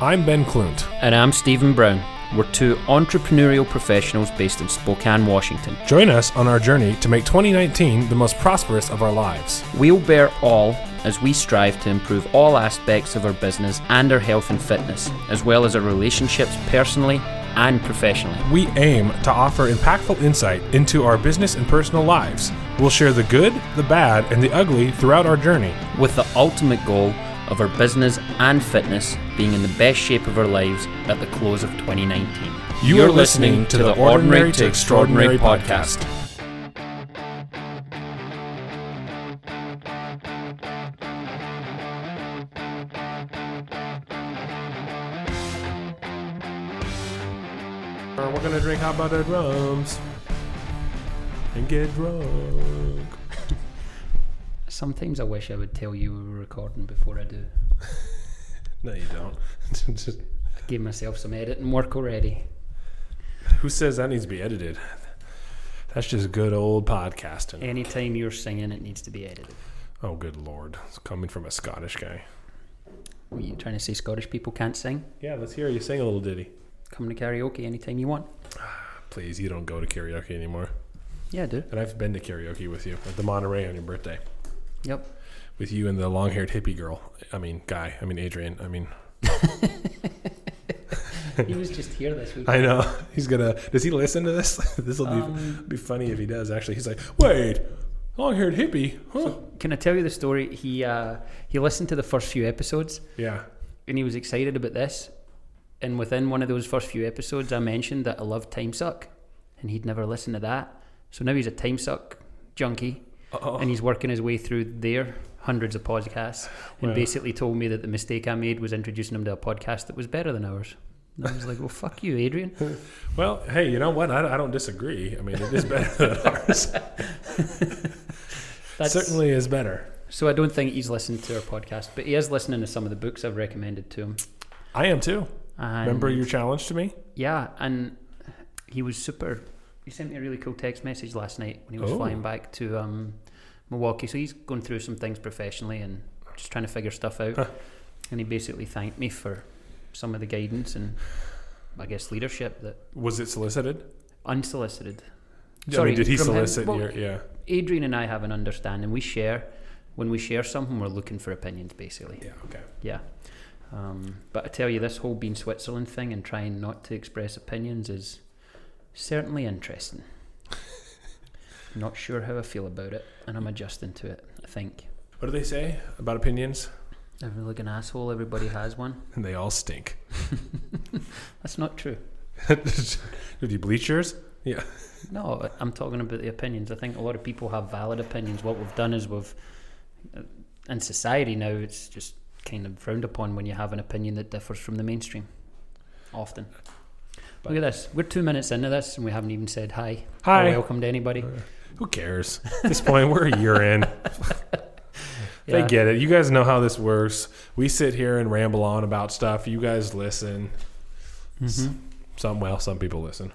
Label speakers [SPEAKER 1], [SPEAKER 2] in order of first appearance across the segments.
[SPEAKER 1] I'm Ben Clunt.
[SPEAKER 2] And I'm Stephen Brown. We're two entrepreneurial professionals based in Spokane, Washington.
[SPEAKER 1] Join us on our journey to make 2019 the most prosperous of our lives.
[SPEAKER 2] We'll bear all as we strive to improve all aspects of our business and our health and fitness, as well as our relationships personally and professionally.
[SPEAKER 1] We aim to offer impactful insight into our business and personal lives. We'll share the good, the bad, and the ugly throughout our journey.
[SPEAKER 2] with the ultimate goal of our business and fitness being in the best shape of our lives at the close of 2019.
[SPEAKER 1] You are listening to the Ordinary to Extraordinary podcast. Uh, We're gonna drink hot buttered rums and get drunk.
[SPEAKER 2] Sometimes I wish I would tell you we were recording before I do.
[SPEAKER 1] No, you don't. Just-
[SPEAKER 2] I gave myself some editing work already.
[SPEAKER 1] Who says that needs to be edited? That's just good old podcasting.
[SPEAKER 2] Anytime you're singing, it needs to be edited.
[SPEAKER 1] Oh, good lord. It's coming from a Scottish guy.
[SPEAKER 2] What are you trying to say? Scottish people can't sing?
[SPEAKER 1] Yeah, let's hear you sing a little ditty.
[SPEAKER 2] Come to karaoke anytime you want.
[SPEAKER 1] Please, you don't go to karaoke anymore.
[SPEAKER 2] Yeah, I do.
[SPEAKER 1] And I've been to karaoke with you at the Monterey on your birthday.
[SPEAKER 2] Yep.
[SPEAKER 1] With you and the long haired hippie girl. I mean, guy. I mean, Adrian. I mean,
[SPEAKER 2] he was just here this week.
[SPEAKER 1] I know. He's going to. Does he listen to this? this will be,
[SPEAKER 2] Um.
[SPEAKER 1] be funny if he does, actually. He's like, wait, long haired hippie? Huh?
[SPEAKER 2] Can I tell you the story? He uh, he listened to the first few episodes
[SPEAKER 1] yeah.
[SPEAKER 2] and he was excited about this. And within one of those first few episodes, I mentioned that I love Time Suck, and he'd never listened to that. So now he's a Time Suck junkie,
[SPEAKER 1] Uh-oh.
[SPEAKER 2] and he's working his way through their hundreds of podcasts, and
[SPEAKER 1] Wow.
[SPEAKER 2] basically told me that the mistake I made was introducing him to a podcast that was better than ours. And I was like, "Well, fuck you, Adrian."
[SPEAKER 1] Well, hey, you know what? I, I don't disagree. I mean, it is better than ours.
[SPEAKER 2] That's,
[SPEAKER 1] Certainly is better.
[SPEAKER 2] So I don't think he's listened to our podcast, but he is listening to some of the books I've recommended to him.
[SPEAKER 1] I am too.
[SPEAKER 2] And
[SPEAKER 1] Remember your challenge to me?
[SPEAKER 2] Yeah, and he was super. He sent me a really cool text message last night when he was
[SPEAKER 1] Oh.
[SPEAKER 2] flying back to um, Milwaukee. So he's going through some things professionally and just trying to figure stuff out.
[SPEAKER 1] Huh.
[SPEAKER 2] And he basically thanked me for some of the guidance and I guess leadership that
[SPEAKER 1] Was it solicited?
[SPEAKER 2] unsolicited.
[SPEAKER 1] I
[SPEAKER 2] Sorry,
[SPEAKER 1] mean, did he
[SPEAKER 2] from him?
[SPEAKER 1] solicit
[SPEAKER 2] Well,
[SPEAKER 1] your? Yeah.
[SPEAKER 2] Adrian and I have an understanding. We share when we share something, we're looking for opinions basically.
[SPEAKER 1] Yeah. Okay.
[SPEAKER 2] Yeah. Um, but I tell you, this whole being Switzerland thing and trying not to express opinions is certainly interesting. not sure how I feel about it, and I'm adjusting to it, I think.
[SPEAKER 1] What do they say about opinions?
[SPEAKER 2] Every like an asshole, everybody has one.
[SPEAKER 1] And they all stink.
[SPEAKER 2] That's not true.
[SPEAKER 1] Did you bleach yours? Yeah.
[SPEAKER 2] No, I'm talking about the opinions. I think a lot of people have valid opinions. What we've done is we've, uh, in society now, it's just kind of frowned upon when you have an opinion that differs from the mainstream. Often. Look at this. We're two minutes into this and we haven't even said hi.
[SPEAKER 1] Hi.
[SPEAKER 2] Or welcome to anybody.
[SPEAKER 1] Oh, Who cares? At this point, we're a year in.
[SPEAKER 2] Yeah.
[SPEAKER 1] They get it. You guys know how this works. We sit here and ramble on about stuff. You guys listen.
[SPEAKER 2] Mm-hmm.
[SPEAKER 1] S- Some well, some people listen.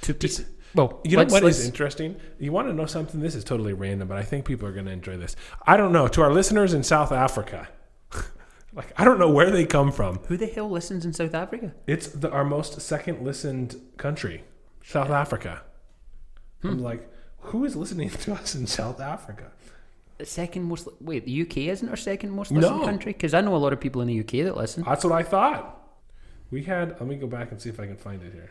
[SPEAKER 2] Two
[SPEAKER 1] Just-
[SPEAKER 2] people. Well,
[SPEAKER 1] You know
[SPEAKER 2] let's-
[SPEAKER 1] what is
[SPEAKER 2] let's-
[SPEAKER 1] interesting? You want to know something? This is totally random, but I think people are going to enjoy this. I don't know. To our listeners in South Africa, like I don't know where they come from.
[SPEAKER 2] Who the hell listens in South Africa?
[SPEAKER 1] It's the, our most second listened country, South Africa. I'm like, who is listening to us in South Africa?
[SPEAKER 2] The second most. Wait, the UK isn't our second most listened
[SPEAKER 1] No.
[SPEAKER 2] country? Because I know a lot of people in the UK that listen.
[SPEAKER 1] That's what I thought. We had. Let me go back and see if I can find it here.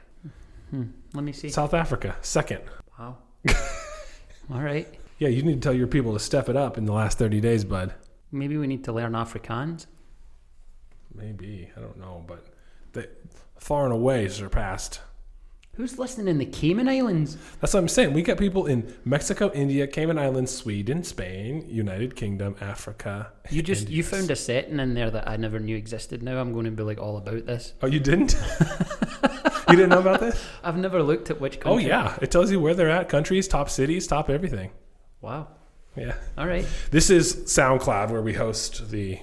[SPEAKER 2] Let me see.
[SPEAKER 1] South Africa, second.
[SPEAKER 2] Wow. All right.
[SPEAKER 1] Yeah, you need to tell your people to step it up in the last 30 days, bud.
[SPEAKER 2] Maybe we need to learn Afrikaans.
[SPEAKER 1] Maybe I don't know, but they far and away surpassed
[SPEAKER 2] Who's listening in the Cayman Islands?
[SPEAKER 1] That's what I'm saying. We got people in Mexico, India, Cayman Islands, Sweden, Spain, United Kingdom, Africa.
[SPEAKER 2] You just
[SPEAKER 1] and
[SPEAKER 2] you
[SPEAKER 1] US.
[SPEAKER 2] found a setting in there that I never knew existed. Now I'm going to be like all about this.
[SPEAKER 1] Oh, you didn't? you didn't know about this?
[SPEAKER 2] I've never looked at which
[SPEAKER 1] Oh
[SPEAKER 2] country.
[SPEAKER 1] yeah, it tells you where they're at, countries, top cities, top everything.
[SPEAKER 2] Wow.
[SPEAKER 1] Yeah.
[SPEAKER 2] All right.
[SPEAKER 1] This is SoundCloud where we host the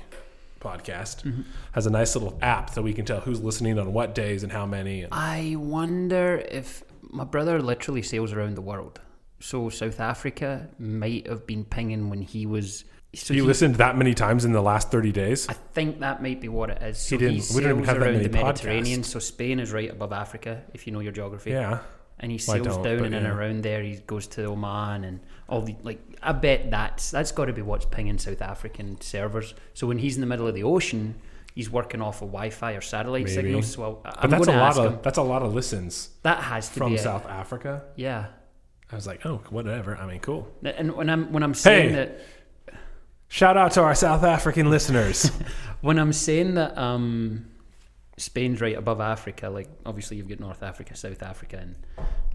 [SPEAKER 1] podcast. Has a nice little app that we can tell who's listening on what days and how many. And
[SPEAKER 2] I wonder if my brother literally sails around the world. So South Africa might have been pinging when he was so
[SPEAKER 1] You
[SPEAKER 2] he-
[SPEAKER 1] listened that many times in the last 30 days?
[SPEAKER 2] I think that might be what it is.
[SPEAKER 1] He
[SPEAKER 2] So
[SPEAKER 1] didn't-
[SPEAKER 2] He
[SPEAKER 1] we didn't even
[SPEAKER 2] sails
[SPEAKER 1] have that
[SPEAKER 2] around
[SPEAKER 1] many
[SPEAKER 2] the Mediterranean, so Spain is right above Africa, if you know your geography.
[SPEAKER 1] Yeah.
[SPEAKER 2] And he
[SPEAKER 1] Well, I
[SPEAKER 2] sails
[SPEAKER 1] don't,
[SPEAKER 2] down
[SPEAKER 1] but
[SPEAKER 2] and in
[SPEAKER 1] yeah.
[SPEAKER 2] around there. He goes to Oman and all the like. I bet that's that's got to be what's pinging South African servers. So when he's in the middle of the ocean, he's working off of Wi-Fi or satellite
[SPEAKER 1] Maybe.
[SPEAKER 2] signals. So I,
[SPEAKER 1] But
[SPEAKER 2] I'm
[SPEAKER 1] that's
[SPEAKER 2] going
[SPEAKER 1] a
[SPEAKER 2] to
[SPEAKER 1] lot
[SPEAKER 2] ask
[SPEAKER 1] of
[SPEAKER 2] him.
[SPEAKER 1] that's a lot of listens
[SPEAKER 2] That has to
[SPEAKER 1] from
[SPEAKER 2] be it.
[SPEAKER 1] South Africa.
[SPEAKER 2] Yeah.
[SPEAKER 1] I was like, "Oh, whatever. I mean, cool."
[SPEAKER 2] And when I'm when I'm saying
[SPEAKER 1] Hey.
[SPEAKER 2] that
[SPEAKER 1] Shout out to our South African listeners.
[SPEAKER 2] When I'm saying that um, Spain's right above Africa, like obviously you've got North Africa, South Africa, and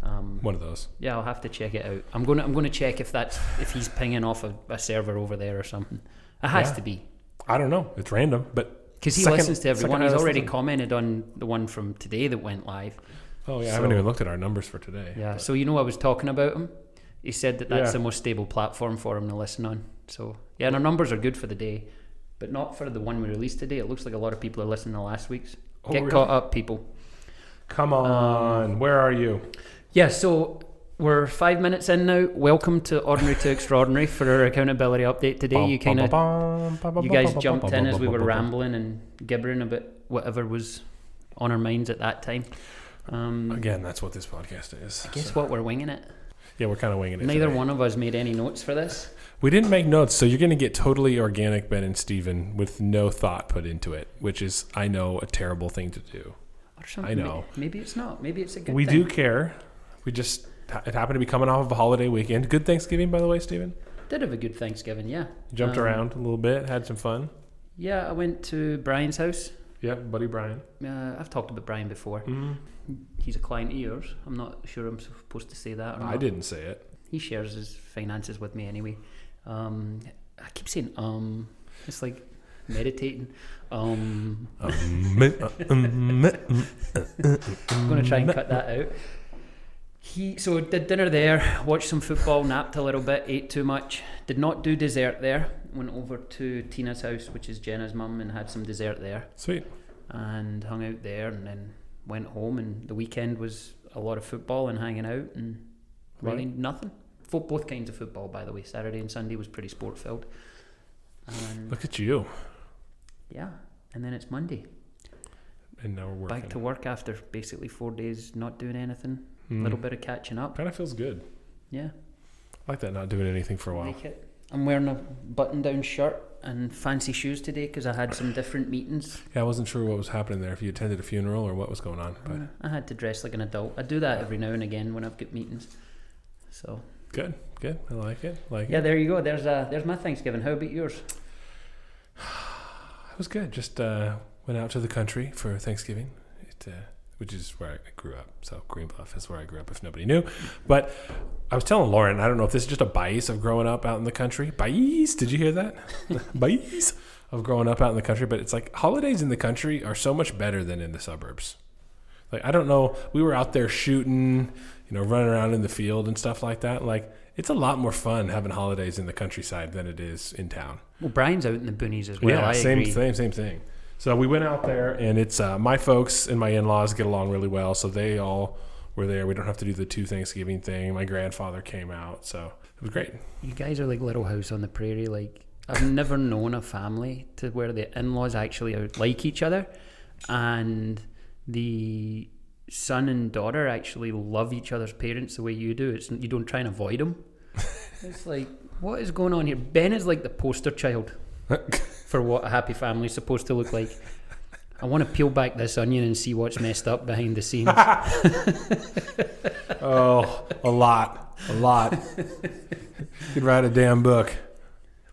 [SPEAKER 2] um,
[SPEAKER 1] One of those.
[SPEAKER 2] yeah, I'll have to check it out. I'm gonna I'm gonna check if that's if he's pinging off a, a server over there or something. It has
[SPEAKER 1] Yeah.
[SPEAKER 2] to be
[SPEAKER 1] I don't know. It's random, but
[SPEAKER 2] because he
[SPEAKER 1] Second-
[SPEAKER 2] listens to
[SPEAKER 1] second
[SPEAKER 2] everyone. He's
[SPEAKER 1] highest
[SPEAKER 2] already
[SPEAKER 1] listen.
[SPEAKER 2] commented on the one from today that went live.
[SPEAKER 1] oh yeah, I
[SPEAKER 2] So-
[SPEAKER 1] haven't even looked at our numbers for today.
[SPEAKER 2] Yeah, so you know I was talking about him. He said that that's
[SPEAKER 1] Yeah.
[SPEAKER 2] the most stable platform for him to listen on. So yeah, and our numbers are good for the day, but not for the one we released today. It looks like a lot of people are listening to last week's.
[SPEAKER 1] Oh,
[SPEAKER 2] Get
[SPEAKER 1] really?
[SPEAKER 2] caught up, people.
[SPEAKER 1] Come on, where are you?
[SPEAKER 2] Yeah, so we're five minutes in now. Welcome to Ordinary to Extraordinary for our accountability update today. You kind of
[SPEAKER 1] of
[SPEAKER 2] you guys jumped in as we were rambling and gibbering about whatever was on our minds at that time. Um,
[SPEAKER 1] Again, that's what this podcast is.
[SPEAKER 2] guess
[SPEAKER 1] So-
[SPEAKER 2] what? We're winging it.
[SPEAKER 1] Yeah, we're kind of winging it.
[SPEAKER 2] Neither
[SPEAKER 1] today.
[SPEAKER 2] one of us made any notes for this.
[SPEAKER 1] We didn't make notes, so you're going to get totally organic, Ben and Steven, with no thought put into it, which is, I know, a terrible thing to do.
[SPEAKER 2] Or something.
[SPEAKER 1] know.
[SPEAKER 2] May- Maybe it's not. Maybe it's a good
[SPEAKER 1] we
[SPEAKER 2] thing.
[SPEAKER 1] do care. We just, it happened to be coming off of a holiday weekend. Good Thanksgiving, by the way, Steven.
[SPEAKER 2] Did have a good Thanksgiving, yeah.
[SPEAKER 1] Jumped
[SPEAKER 2] Um,
[SPEAKER 1] around a little bit, had some fun.
[SPEAKER 2] Yeah, I went to Brian's house.
[SPEAKER 1] Yep, buddy Brian.
[SPEAKER 2] Uh, I've talked about Brian before.
[SPEAKER 1] Mm,
[SPEAKER 2] He's a client of yours. I'm not sure I'm supposed to say that or not.
[SPEAKER 1] I didn't say it.
[SPEAKER 2] He shares his finances with me anyway. Um, I keep saying, um, it's like meditating. Um, I'm going to try and cut that out. He so did dinner there, watched some football, napped a little bit, ate too much, did not do dessert there. Went over to Tina's house, which is Jenna's mum, and had some dessert there,
[SPEAKER 1] Sweet.
[SPEAKER 2] and hung out there, and then went home. And the weekend was a lot of football and hanging out, and really nothing. Fo- both kinds of football, by the way. Saturday and Sunday was pretty sport filled. And
[SPEAKER 1] Look at you.
[SPEAKER 2] yeah, and then it's Monday.
[SPEAKER 1] And now we're working.
[SPEAKER 2] Back to work after basically four days not doing anything. A
[SPEAKER 1] Mm.
[SPEAKER 2] little bit of catching up.
[SPEAKER 1] Kind of feels good.
[SPEAKER 2] Yeah.
[SPEAKER 1] I like that not doing anything for a while.
[SPEAKER 2] Like it. I'm wearing a button down shirt and fancy shoes today because I had some different meetings.
[SPEAKER 1] Yeah, I wasn't sure what was happening there. If you attended a funeral or what was going on, but
[SPEAKER 2] I had to dress like an adult. I do that every now and again when I've got meetings. So
[SPEAKER 1] good, good. I like it. Like
[SPEAKER 2] yeah,
[SPEAKER 1] it.
[SPEAKER 2] there you go. There's uh, there's my Thanksgiving. How about yours?
[SPEAKER 1] it was good. Just uh, went out to the country for Thanksgiving, it, uh, which is where I grew up. So Green Bluff is where I grew up, if nobody knew. But I was telling Lauren, I don't know if this is just a bias of growing up out in the country. Bias? Did you hear that? bias of growing up out in the country. But it's like holidays in the country are so much better than in the suburbs. Like I don't know, we were out there shooting, you know, running around in the field and stuff like that. Like it's a lot more fun having holidays in the countryside than it is in town.
[SPEAKER 2] Well, Brian's out in the boonies as well.
[SPEAKER 1] yeah,
[SPEAKER 2] I
[SPEAKER 1] same
[SPEAKER 2] agree.
[SPEAKER 1] same same thing. So we went out there, and it's uh, my folks and my in-laws get along really well, so they all were there. We don't have to do the two Thanksgiving thing. My grandfather came out, so it was great.
[SPEAKER 2] You guys are like little house on the prairie. Like I've never known a family to where the in-laws actually are like each other, and the son and daughter actually love each other's parents the way you do. It's you don't try and avoid them. It's like what is going on here? Ben is like the poster child for what a happy family is supposed to look like. I want to peel back this onion and see what's messed up behind the scenes.
[SPEAKER 1] Oh, a lot, a lot. Could write a damn book.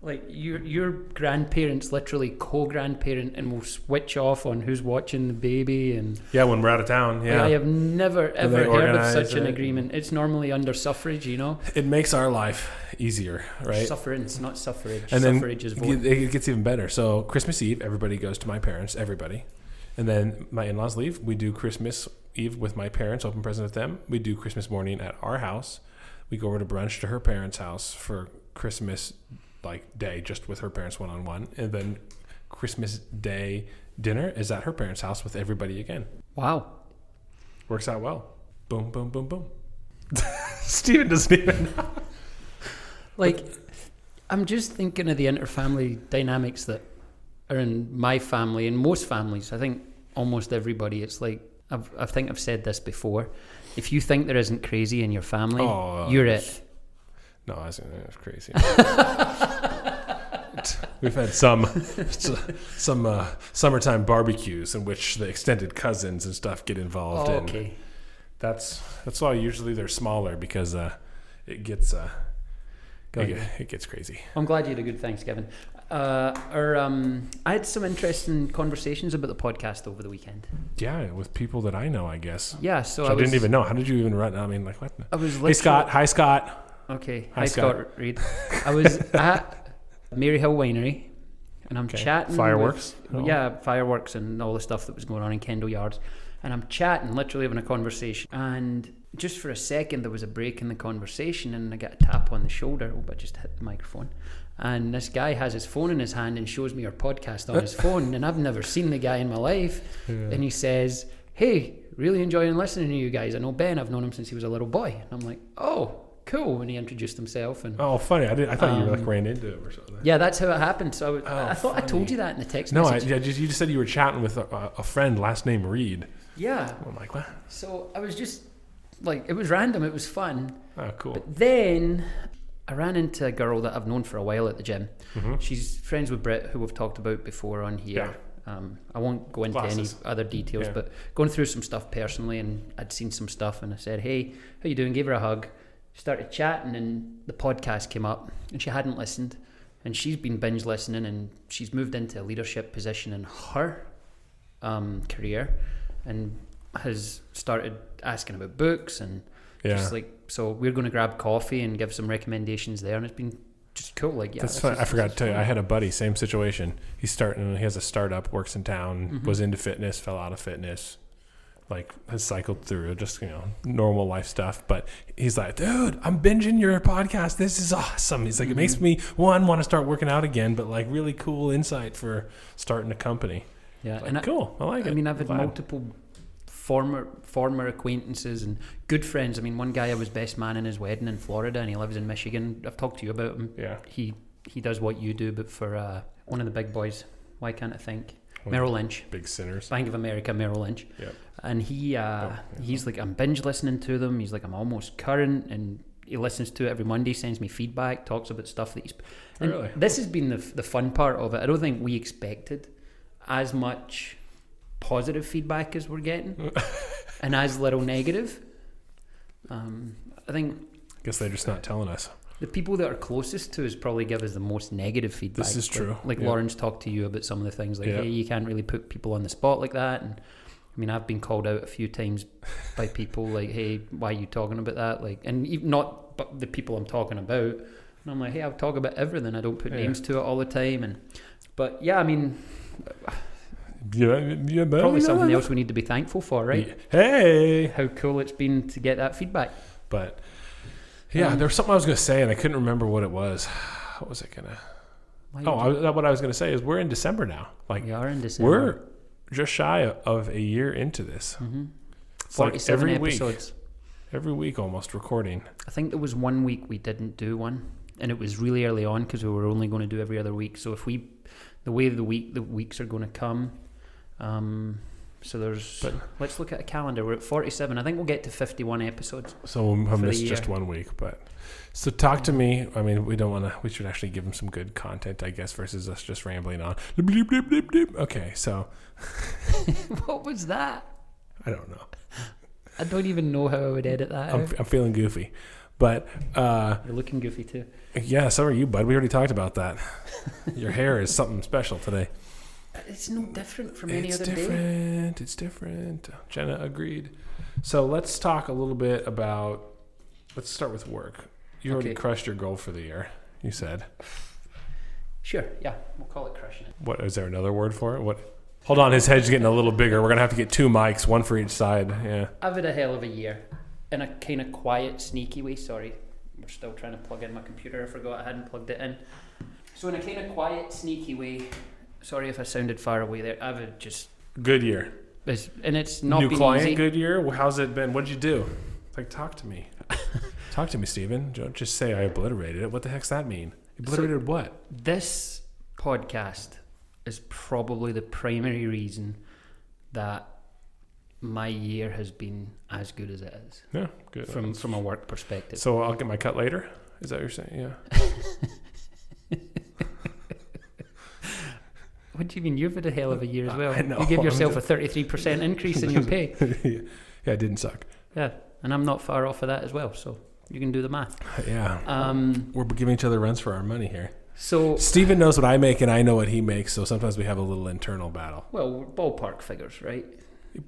[SPEAKER 2] Like your your grandparents literally co-grandparent and will switch off on who's watching the baby and
[SPEAKER 1] Yeah, when we're out of town.
[SPEAKER 2] like, I have never
[SPEAKER 1] they
[SPEAKER 2] ever heard of
[SPEAKER 1] organise
[SPEAKER 2] such an
[SPEAKER 1] it?
[SPEAKER 2] agreement. It's normally under suffrage, you know.
[SPEAKER 1] it makes our life easier, right?
[SPEAKER 2] Sufferance, not suffrage.
[SPEAKER 1] and then
[SPEAKER 2] suffrage is vote.
[SPEAKER 1] it it gets even better. So Christmas Eve, everybody goes to my parents, everybody, and then my in-laws leave. We do Christmas Eve with my parents, open present with them. We do Christmas morning at our house. We go over to brunch to her parents' house for Christmas like day, just with her parents one on one, and then Christmas Day dinner is at her parents' house with everybody again.
[SPEAKER 2] wow.
[SPEAKER 1] Works out well. Boom, boom, boom, boom. Steven doesn't even.
[SPEAKER 2] Like I'm just thinking of the interfamily dynamics that are in my family and most families. I think almost everybody. It's like I've, I think I've said this before. If you think there isn't crazy in your family,
[SPEAKER 1] Oh,
[SPEAKER 2] you're
[SPEAKER 1] that's-
[SPEAKER 2] it.
[SPEAKER 1] No, that's, that's crazy. We've had some some uh, summertime barbecues in which the extended cousins and stuff get involved.
[SPEAKER 2] Oh,
[SPEAKER 1] and
[SPEAKER 2] okay.
[SPEAKER 1] That's that's why usually they're smaller because uh, it gets uh,
[SPEAKER 2] Go
[SPEAKER 1] it,
[SPEAKER 2] on.
[SPEAKER 1] ge- it gets crazy.
[SPEAKER 2] I'm glad you had a good Thanksgiving. Uh, or um, I had some interesting conversations about the podcast over the weekend.
[SPEAKER 1] Yeah, with people that I know, I guess.
[SPEAKER 2] Yeah, so
[SPEAKER 1] Which
[SPEAKER 2] I,
[SPEAKER 1] I,
[SPEAKER 2] was,
[SPEAKER 1] didn't even know. How did you even run? I mean, like what?
[SPEAKER 2] I was
[SPEAKER 1] Hey
[SPEAKER 2] literally-
[SPEAKER 1] Scott. Hi Scott.
[SPEAKER 2] Okay.
[SPEAKER 1] Hi,
[SPEAKER 2] Hi, Scott. Reed. I was at Mary Hill Winery and I'm
[SPEAKER 1] Okay.
[SPEAKER 2] chatting. with-
[SPEAKER 1] Fireworks. Oh.
[SPEAKER 2] Yeah, fireworks and all the stuff that was going on in Kendall Yards. And I'm chatting, literally having a conversation. And just for a second, there was a break in the conversation and I got a tap on the shoulder. Oh, but just hit the microphone. And this guy has his phone in his hand and shows me our podcast on his phone. And I've never seen the guy in my life. And he says, Hey, really enjoying listening to you guys. I know Ben, I've known him since he was a little boy. And I'm like, Oh, cool. And he introduced himself. And
[SPEAKER 1] Oh, funny. I did. I thought you like
[SPEAKER 2] Um,
[SPEAKER 1] ran into it or something.
[SPEAKER 2] yeah, that's how it happened. So I, was,
[SPEAKER 1] Oh,
[SPEAKER 2] I thought I told
[SPEAKER 1] funny.
[SPEAKER 2] you that in the text
[SPEAKER 1] No, I,
[SPEAKER 2] message.
[SPEAKER 1] yeah, just, you just said you were chatting with a, a friend, last name Reed.
[SPEAKER 2] yeah.
[SPEAKER 1] I'm like, what?
[SPEAKER 2] So I was just like, it was random, it was fun.
[SPEAKER 1] Oh, cool.
[SPEAKER 2] But then I ran into a girl that I've known for a while at the gym.
[SPEAKER 1] Mhm.
[SPEAKER 2] She's friends with Britt, who we've talked about before on here. Um, I won't go into
[SPEAKER 1] Glasses.
[SPEAKER 2] any other details,
[SPEAKER 1] Yeah.
[SPEAKER 2] but going through some stuff personally, and I'd seen some stuff, and I said, "Hey, how you doing?" Gave her a hug, started chatting, and the podcast came up, and she hadn't listened, and she's been binge listening, and she's moved into a leadership position in her um, career, and has started asking about books and
[SPEAKER 1] Yeah.
[SPEAKER 2] just like so, we're going to grab coffee and give some recommendations there, and it's been just cool. Like, yeah,
[SPEAKER 1] That's
[SPEAKER 2] this
[SPEAKER 1] funny.
[SPEAKER 2] is-
[SPEAKER 1] I
[SPEAKER 2] this
[SPEAKER 1] forgot
[SPEAKER 2] is
[SPEAKER 1] to tell you.
[SPEAKER 2] fun.
[SPEAKER 1] I had a buddy, same situation. He's starting. He has a startup, works in town,
[SPEAKER 2] Mm-hmm.
[SPEAKER 1] was into fitness, fell out of fitness, like has cycled through just you know normal life stuff. But he's like, dude, I'm binging your podcast. This is awesome. He's like, it
[SPEAKER 2] Mm-hmm.
[SPEAKER 1] makes me one want to start working out again, but like really cool insight for starting a company.
[SPEAKER 2] yeah,
[SPEAKER 1] Like,
[SPEAKER 2] and I,
[SPEAKER 1] cool. I like
[SPEAKER 2] I
[SPEAKER 1] it.
[SPEAKER 2] mean, I've had
[SPEAKER 1] Glad.
[SPEAKER 2] multiple former former acquaintances and good friends. I mean, one guy I was best man in his wedding in Florida, and he lives in Michigan. I've talked to you about him.
[SPEAKER 1] Yeah.
[SPEAKER 2] He he does what you do, but for uh, one of the big boys. Why can't I think?
[SPEAKER 1] One
[SPEAKER 2] Merrill Lynch,
[SPEAKER 1] Big sinners.
[SPEAKER 2] Bank of America, Merrill Lynch.
[SPEAKER 1] Yep. Oh,
[SPEAKER 2] And he uh,
[SPEAKER 1] yeah.
[SPEAKER 2] he's like I'm binge listening to them. He's like I'm almost current, and he listens to it every Monday, sends me feedback, talks about stuff that he's. And
[SPEAKER 1] Really?
[SPEAKER 2] This has been the the fun part of it. I don't think we expected as much positive feedback as we're getting, and as little negative. Um, I think
[SPEAKER 1] Guess they're just not telling us.
[SPEAKER 2] the people that are closest to us probably give us the most negative feedback.
[SPEAKER 1] This is
[SPEAKER 2] Like-
[SPEAKER 1] true,
[SPEAKER 2] Like
[SPEAKER 1] yeah.
[SPEAKER 2] Lauren's talked to you about some of the things, like
[SPEAKER 1] Yeah.
[SPEAKER 2] hey, you can't really put people on the spot like that. And I mean, I've been called out a few times by people like, hey, why are you talking about that? Like, and even not but the people I'm talking about. And I'm like, hey, I'll talk about everything. I don't put
[SPEAKER 1] Yeah.
[SPEAKER 2] names to it all the time. And but yeah, I mean,
[SPEAKER 1] Yeah, yeah, but-
[SPEAKER 2] probably something else we need to be thankful for, right?
[SPEAKER 1] Hey.
[SPEAKER 2] How cool it's been to get that feedback.
[SPEAKER 1] But yeah,
[SPEAKER 2] Um,
[SPEAKER 1] there was something I was going to say, and I couldn't remember what it was. What was it going to?
[SPEAKER 2] Why
[SPEAKER 1] Oh, I,
[SPEAKER 2] you-
[SPEAKER 1] was- what I was going to say is we're in December now. Like
[SPEAKER 2] we are in December.
[SPEAKER 1] we're just shy of a year into this.
[SPEAKER 2] hmm
[SPEAKER 1] It's like
[SPEAKER 2] 47
[SPEAKER 1] every
[SPEAKER 2] episodes.
[SPEAKER 1] week, every week almost recording.
[SPEAKER 2] I think there was one week we didn't do one, and it was really early on because we were only going to do every other week. So if we, the way the week the weeks are going to come, um, so there's.
[SPEAKER 1] But-
[SPEAKER 2] let's look at a calendar. We're at forty-seven. I think we'll get to fifty-one episodes.
[SPEAKER 1] So I
[SPEAKER 2] For the
[SPEAKER 1] missed just
[SPEAKER 2] year.
[SPEAKER 1] one week, but so talk to me. I mean, we don't want to. We should actually give them some good content, I guess, versus us just rambling on. Bleep, bleep, bleep, bleep. Okay, so
[SPEAKER 2] what was that?
[SPEAKER 1] I don't know.
[SPEAKER 2] I don't even know how I would edit that.
[SPEAKER 1] I'm,
[SPEAKER 2] out.
[SPEAKER 1] I'm feeling goofy, but uh,
[SPEAKER 2] You're looking goofy too.
[SPEAKER 1] yeah, so are you, bud. We already talked about that. Your hair is something special today.
[SPEAKER 2] It's no different from any
[SPEAKER 1] it's
[SPEAKER 2] other day.
[SPEAKER 1] different. It's different. Jenna agreed. So let's talk a little bit about. Let's start with work. You already
[SPEAKER 2] Okay.
[SPEAKER 1] crushed your goal for the year. You said.
[SPEAKER 2] Sure. Yeah. We'll call it crushing it.
[SPEAKER 1] What is there another word for it? What? Hold on, his head's getting a little bigger. We're gonna have to get two mics, one for each side. Yeah.
[SPEAKER 2] I've had a hell of a year in a kind of quiet, sneaky way. Sorry, we're still trying to plug in my computer. I forgot I hadn't plugged it in. So, in a kind of quiet, sneaky way, sorry if I sounded far away there. I've had just,
[SPEAKER 1] Good year.
[SPEAKER 2] it's, and it's not
[SPEAKER 1] New
[SPEAKER 2] been
[SPEAKER 1] client.
[SPEAKER 2] easy.
[SPEAKER 1] Good year. Well, how's it been? What'd you do? Like, talk to me. talk to me, Steven. Don't just say I obliterated it. What the heck's that mean? Obliterated what?
[SPEAKER 2] This podcast is probably the primary reason that my year has been as good as it is
[SPEAKER 1] Yeah, good. Um,
[SPEAKER 2] from from a work perspective.
[SPEAKER 1] so I'll get my cut later. Is that what you're saying? Yeah.
[SPEAKER 2] What do you mean? You've had a hell of a year as well.
[SPEAKER 1] I know,
[SPEAKER 2] You give
[SPEAKER 1] I'm
[SPEAKER 2] yourself
[SPEAKER 1] just-
[SPEAKER 2] a thirty-three percent increase in your pay,
[SPEAKER 1] yeah, it didn't suck.
[SPEAKER 2] and I'm not far off of that as well. So you can do the math.
[SPEAKER 1] Yeah.
[SPEAKER 2] Um,
[SPEAKER 1] We're giving each other runs for our money here.
[SPEAKER 2] so
[SPEAKER 1] Steven knows what I make and I know what he makes, so sometimes we have a little internal battle.
[SPEAKER 2] well, ballpark figures, right?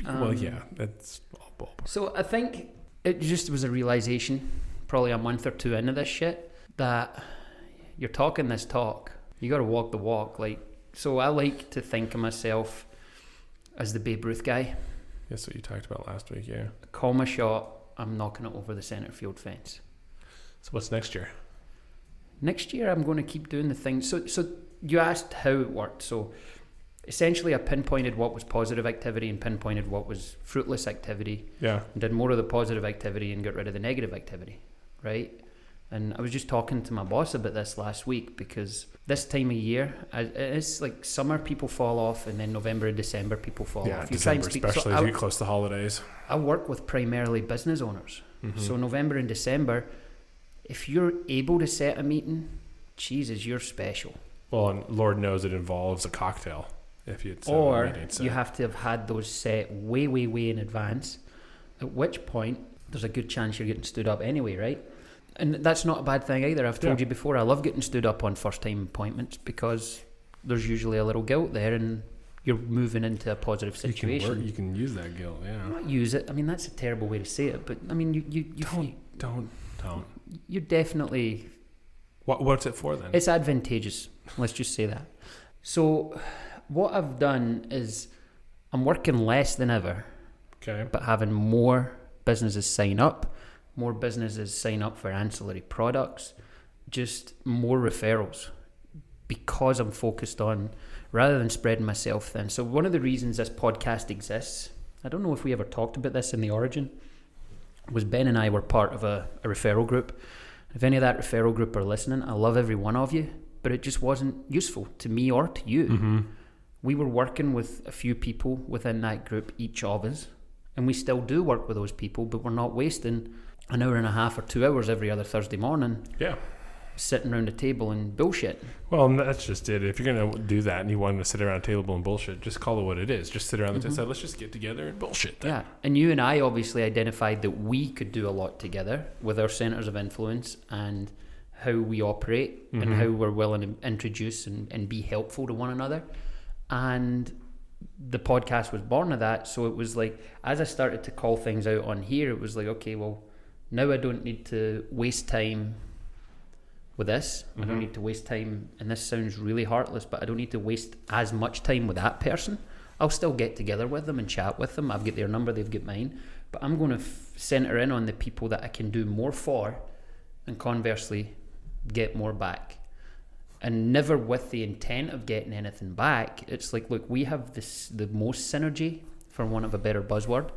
[SPEAKER 1] well,
[SPEAKER 2] Um,
[SPEAKER 1] yeah, that's all bulb.
[SPEAKER 2] So I think it just was a realization, probably a month or two into this shit, that you're talking this talk. You got to walk the walk. Like, so I like to think of myself as the Babe Ruth guy.
[SPEAKER 1] That's what you talked about last week, yeah.
[SPEAKER 2] Call my shot. I'm knocking it over the centre field fence.
[SPEAKER 1] So what's next year?
[SPEAKER 2] Next year, I'm going to keep doing the things. So, so you asked how it worked. So, essentially, I pinpointed what was positive activity and pinpointed what was fruitless activity.
[SPEAKER 1] Yeah.
[SPEAKER 2] and did more of the positive activity and got rid of the negative activity, right? And I was just talking to my boss about this last week because this time of year, I- it's like summer people fall off, and then November and December people fall
[SPEAKER 1] yeah,
[SPEAKER 2] off.
[SPEAKER 1] December especially as
[SPEAKER 2] so
[SPEAKER 1] you get close to the holidays.
[SPEAKER 2] I, I work with primarily business owners,
[SPEAKER 1] Mhm.
[SPEAKER 2] so November and December, if you're able to set a meeting, Jesus, you're special.
[SPEAKER 1] well, and Lord knows it involves a cocktail. If you'd set up a
[SPEAKER 2] or
[SPEAKER 1] meeting, so-
[SPEAKER 2] you have to have had those set way, way, way in advance, at which point there's a good chance you're getting stood up anyway, right? And that's not a bad thing either. I've told
[SPEAKER 1] Yeah.
[SPEAKER 2] you before, I love getting stood up on first time appointments because there's usually a little guilt there and you're moving into a positive
[SPEAKER 1] you can
[SPEAKER 2] situation.
[SPEAKER 1] work, you can use that guilt. Yeah.
[SPEAKER 2] Not use it. I mean, that's a terrible way to say it, but I mean, you, you, you,
[SPEAKER 1] Don't, don't, don't.
[SPEAKER 2] you're definitely
[SPEAKER 1] What, what's it for then?
[SPEAKER 2] It's advantageous. Let's just say that. So, what I've done is I'm working less than ever,
[SPEAKER 1] okay.
[SPEAKER 2] but having more businesses sign up, more businesses sign up for ancillary products, just more referrals because I'm focused on rather than spreading myself thin. So, one of the reasons this podcast exists, I don't know if we ever talked about this in the origin, was Ben and I were part of a, a referral group. If any of that referral group are listening, I love every one of you, but it just wasn't useful to me or to you
[SPEAKER 1] Mm-hmm.
[SPEAKER 2] we were working with a few people within that group, each of us, and we still do work with those people, but we're not wasting an hour and a half or two hours every other Thursday morning
[SPEAKER 1] Yeah.
[SPEAKER 2] sitting around a table and bullshit.
[SPEAKER 1] Well, and that's just it. If you're gonna do that and you want to sit around a table and bullshit, just call it what it is. Just sit around the
[SPEAKER 2] Mm-hmm.
[SPEAKER 1] table. Let's just get together and bullshit. Then.
[SPEAKER 2] Yeah. And you and I obviously identified that we could do a lot together with our centres of influence and how we operate and
[SPEAKER 1] Mhm.
[SPEAKER 2] how we're willing to introduce and, and be helpful to one another. And the podcast was born of that. So it was like, as I started to call things out on here, it was like, okay, well, now I don't need to waste time with this. I don't
[SPEAKER 1] Mhm.
[SPEAKER 2] need to waste time, and this sounds really heartless, but I don't need to waste as much time with that person. I'll still get together with them and chat with them. I've got their number, they've got mine. But I'm going to f- center in on the people that I can do more for and conversely get more back. And never with the intent of getting anything back. It's like, look, we have this the most synergy, for want of a better buzzword.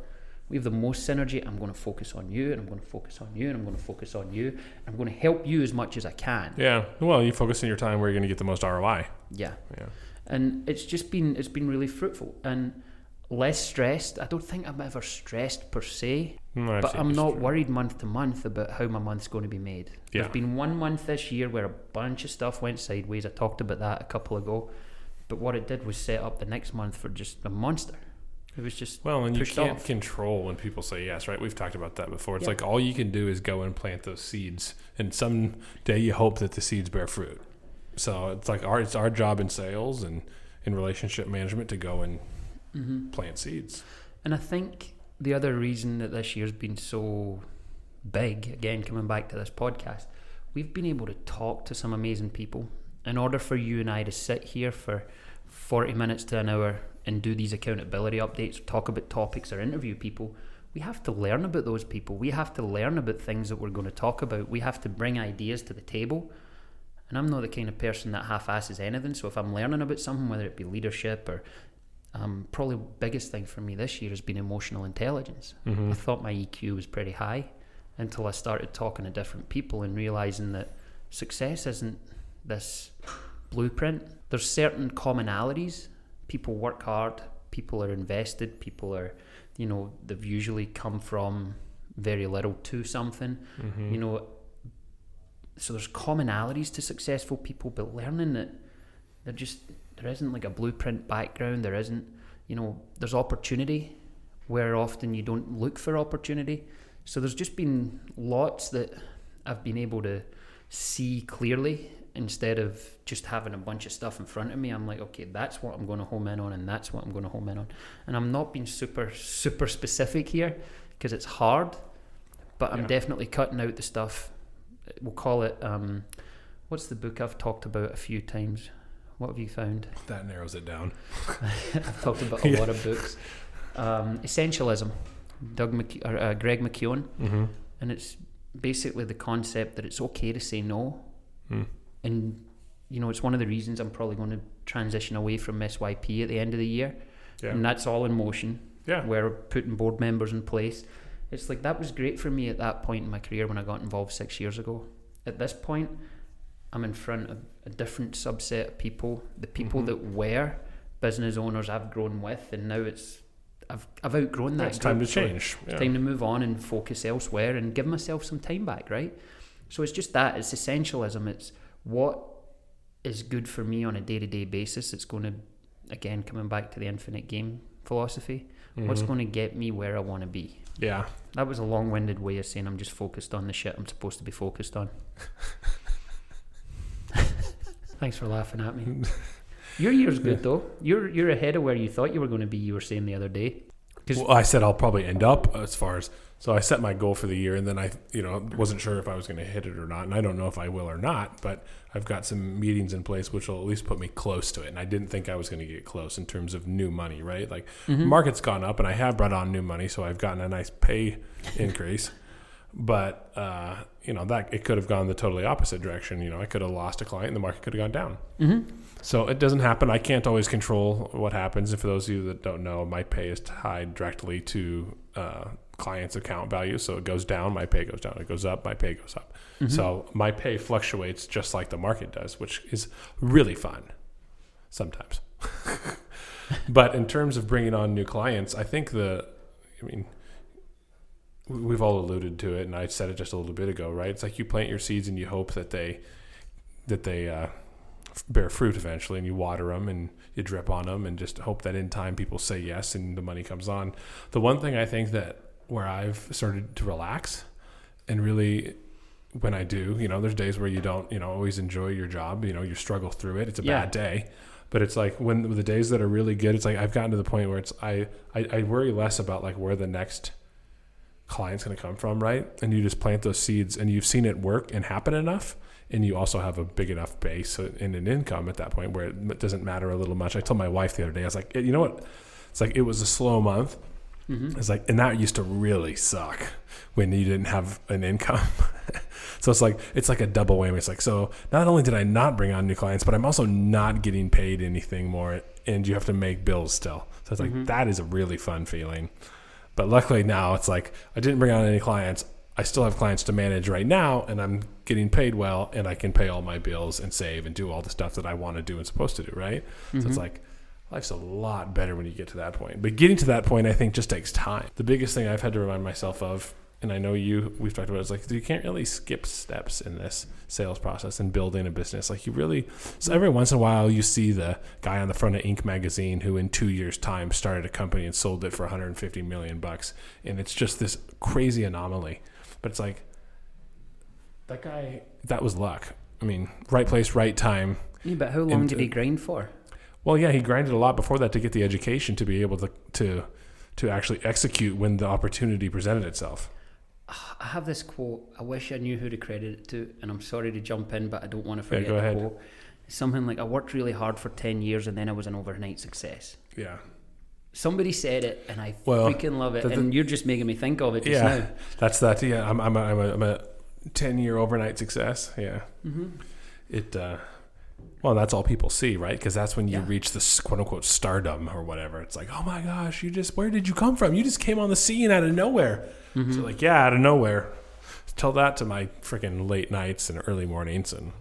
[SPEAKER 2] We have the most synergy. I'm going to focus on you, and I'm going to focus on you, and I'm going to focus on you. I'm going to help you as much as I can.
[SPEAKER 1] Yeah. Well, you focus on your time where you're gonna get the most ROI.
[SPEAKER 2] Yeah,
[SPEAKER 1] Yeah.
[SPEAKER 2] and it's just been it's been really fruitful and less stressed. I don't think I'm ever stressed per se,
[SPEAKER 1] Mm, I've
[SPEAKER 2] but
[SPEAKER 1] seen
[SPEAKER 2] I'm
[SPEAKER 1] this
[SPEAKER 2] not
[SPEAKER 1] too.
[SPEAKER 2] worried month to month about how my month's going to be made.
[SPEAKER 1] Yeah.
[SPEAKER 2] There's been one month this year where a bunch of stuff went sideways. I talked about that a couple ago, but what it did was set up the next month for just a monster. It was just
[SPEAKER 1] Well, and you
[SPEAKER 2] pushed
[SPEAKER 1] can't
[SPEAKER 2] off.
[SPEAKER 1] control when people say yes, right? We've talked about that before. It's
[SPEAKER 2] Yeah.
[SPEAKER 1] like all you can do is go and plant those seeds, and someday you hope that the seeds bear fruit. So it's like our it's our job in sales and in relationship management to go and
[SPEAKER 2] Mhm.
[SPEAKER 1] plant seeds.
[SPEAKER 2] And I think the other reason that this year's been so big, again, coming back to this podcast, we've been able to talk to some amazing people. In order for you and I to sit here for 40 minutes to an hour and do these accountability updates, talk about topics, or interview people, we have to learn about those people. We have to learn about things that we're going to talk about. We have to bring ideas to the table. And I'm not the kind of person that half asses anything. So if I'm learning about something, whether it be leadership or um, probably biggest thing for me this year has been emotional intelligence.
[SPEAKER 1] Mm.
[SPEAKER 2] I thought my EQ was pretty high until I started talking to different people and realizing that success isn't this blueprint. There's certain commonalities. People work hard. People are invested. People are, you know, they've usually come from very little to something.
[SPEAKER 1] Mm-hmm.
[SPEAKER 2] You know, so there's commonalities to successful people, but learning that there just there isn't like a blueprint background. There isn't, you know, there's opportunity where often you don't look for opportunity. So there's just been lots that I've been able to see clearly instead of just having a bunch of stuff in front of me. I'm like, okay, that's what I'm going to home in on, and that's what I'm going to home in on. And I'm not being super super specific here because it's hard, but I'm
[SPEAKER 1] Yeah.
[SPEAKER 2] definitely cutting out the stuff. We'll call it. Um, what's the book I've talked about a few times? What have you found?
[SPEAKER 1] that narrows it down.
[SPEAKER 2] I've talked about a
[SPEAKER 1] Yeah.
[SPEAKER 2] lot of books. Um, Essentialism, Doug Mc, or, uh, Greg McKeown,
[SPEAKER 1] Mm-hmm.
[SPEAKER 2] and it's basically the concept that it's okay to say no,
[SPEAKER 1] Hmm.
[SPEAKER 2] and you know it's one of the reasons I'm probably going to transition away from SYP at the end of the year,
[SPEAKER 1] Yeah.
[SPEAKER 2] and that's all in motion.
[SPEAKER 1] yeah.
[SPEAKER 2] We're putting board members in place. It's like that was great for me at that point in my career when I got involved six years ago. At this point, I'm in front of a different subset of people, the people
[SPEAKER 1] Mhm.
[SPEAKER 2] that were business owners I've grown with, and now it's I've I've outgrown that.
[SPEAKER 1] It's time to
[SPEAKER 2] group, so
[SPEAKER 1] change.
[SPEAKER 2] It's
[SPEAKER 1] Yeah.
[SPEAKER 2] time to move on and focus elsewhere and give myself some time back, right? So it's just that it's essentialism. It's what is good for me on a day to day basis. It's going to again coming back to the infinite game philosophy what's
[SPEAKER 1] Mhm.
[SPEAKER 2] going to get me where I want to be.
[SPEAKER 1] Yeah.
[SPEAKER 2] That was a long-winded way of saying I'm just focused on the shit I'm supposed to be focused on. Thanks for laughing at me. Your year's good though. You're you're ahead of where you thought you were going to be. You were saying the other day. 'Cause-
[SPEAKER 1] Well, I said I'll probably end up as far as so I set my goal for the year, and then I, you know, wasn't sure if I was going to hit it or not, and I don't know if I will or not. But I've got some meetings in place which will at least put me close to it, and I didn't think I was going to get close in terms of new money, right? Like
[SPEAKER 2] Mm-hmm.
[SPEAKER 1] market's gone up, and I have brought on new money, so I've gotten a nice pay increase. But uh, you know that it could have gone the totally opposite direction. You know, I could have lost a client, and the market could have gone down.
[SPEAKER 2] hmm
[SPEAKER 1] So it doesn't happen. I can't always control what happens. And for those of you that don't know, my pay is tied directly to uh, clients' account value. So it goes down, my pay goes down. It goes up, my pay goes up. So my pay fluctuates just like the market does, which is really fun sometimes. but in terms of bringing on new clients, I think the, I mean, we- we've all alluded to it, and I said it just a little bit ago, right? It's like you plant your seeds and you hope that they, that they uh, f- bear fruit eventually, and you water them and you drip on them, and just hope that in time people say yes and the money comes on. The one thing I think that where I've started to relax, and really, when I do, you know, there's days where you don't, you know, always enjoy your job. You know, you struggle through it. It's a
[SPEAKER 2] Yeah.
[SPEAKER 1] bad day. But it's like when the days that are really good, it's like I've gotten to the point where it's I, I, I worry less about like where the next client's going to come from, right? And you just plant those seeds and you've seen it work and happen enough. And you also have a big enough base and an income at that point where it doesn't matter a little much. I told my wife the other day, I was like, you know what? It's like it was a slow month.
[SPEAKER 2] hmm
[SPEAKER 1] It's like, and that used to really suck when you didn't have an income. so it's like, it's like a double whammy. It's like, so not only did I not bring on new clients, but I'm also not getting paid anything more, and you have to make bills still. So it's like,
[SPEAKER 2] Mhm.
[SPEAKER 1] that is a really fun feeling. But luckily now it's like, I didn't bring on any clients. I still have clients to manage right now, and I'm getting paid well, and I can pay all my bills and save and do all the stuff that I want to do and supposed to do, right? So it's like life's a lot better when you get to that point. But getting to that point, I think, just takes time. The biggest thing I've had to remind myself of, and I know you, we've talked about, it, is like you can't really skip steps in this sales process and building a business. Like you really, so every once in a while, you see the guy on the front of Inc. magazine who, in two years' time, started a company and sold it for 150 million bucks, and it's just this crazy anomaly. But it's like that guy, that was luck. I mean, right place, right time.
[SPEAKER 2] Yeah, but how long
[SPEAKER 1] And,
[SPEAKER 2] did he grind for?
[SPEAKER 1] Well, yeah, he grinded a lot before that to get the education to be able to to to actually execute when the opportunity presented itself.
[SPEAKER 2] I have this quote. I wish I knew who to credit it to, and I'm sorry to jump in, but I don't want to
[SPEAKER 1] Yeah,
[SPEAKER 2] forget
[SPEAKER 1] go
[SPEAKER 2] the
[SPEAKER 1] ahead.
[SPEAKER 2] quote. Something like I worked really hard for ten years, and then I was an overnight success.
[SPEAKER 1] Yeah,
[SPEAKER 2] Somebody said it, and I
[SPEAKER 1] Well,
[SPEAKER 2] freaking love it.
[SPEAKER 1] the- the-
[SPEAKER 2] and you're just making me think of it just
[SPEAKER 1] Yeah.
[SPEAKER 2] now.
[SPEAKER 1] that's that. Yeah, I'm I'm a, I'm a, I'm a ten year overnight success. Yeah,
[SPEAKER 2] Mm-hmm.
[SPEAKER 1] it. Uh, well, that's all people see, right? Because that's when you
[SPEAKER 2] Yeah.
[SPEAKER 1] reach this quote unquote stardom or whatever. It's like, oh my gosh, you just where did you come from? You just came on the scene out of nowhere.
[SPEAKER 2] Mm-hmm.
[SPEAKER 1] So like, yeah, out of nowhere. Tell that to my freaking late nights and early mornings and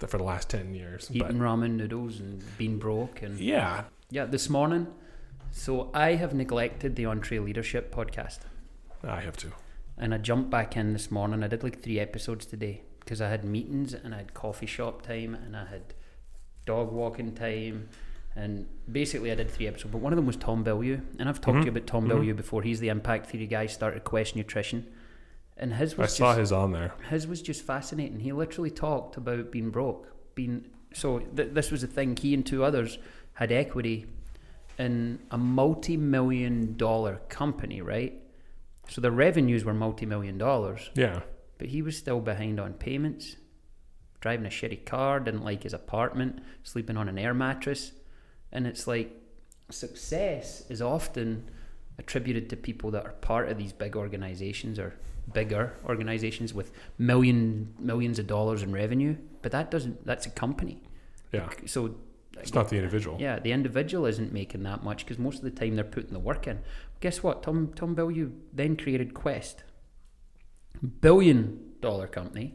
[SPEAKER 1] the- for the last ten years. But
[SPEAKER 2] Eating ramen noodles and bean broke and
[SPEAKER 1] yeah,
[SPEAKER 2] yeah, this morning. So I have neglected the Entree Leadership podcast.
[SPEAKER 1] I have to.
[SPEAKER 2] and I jumped back in this morning. I did like three episodes today because I had meetings and I had coffee shop time and I had dog walking time. And basically, I did three episodes, but one of them was Tom Bellew. And I've talked to you
[SPEAKER 1] Mhm.
[SPEAKER 2] about Tom
[SPEAKER 1] Mhm.
[SPEAKER 2] Bellew before. He's the impact theory guy, started Quest Nutrition. And his
[SPEAKER 1] I
[SPEAKER 2] was
[SPEAKER 1] saw
[SPEAKER 2] just,
[SPEAKER 1] his on there.
[SPEAKER 2] his was just fascinating. He literally talked about being broke, being so. Th- this was the thing. He and two others had equity in a multi-million-dollar company, right? So the revenues were multi-million dollars,
[SPEAKER 1] Yeah,
[SPEAKER 2] but he was still behind on payments, driving a shitty car, didn't like his apartment, sleeping on an air mattress, and it's like success is often attributed to people that are part of these big organizations or bigger organizations with million millions of dollars in revenue but that doesn't that's a company
[SPEAKER 1] yeah.
[SPEAKER 2] so
[SPEAKER 1] It's not the individual.
[SPEAKER 2] yeah the individual isn't making that much because most of the time they're putting the work in guess what tom tom bellew then created quest billion dollar company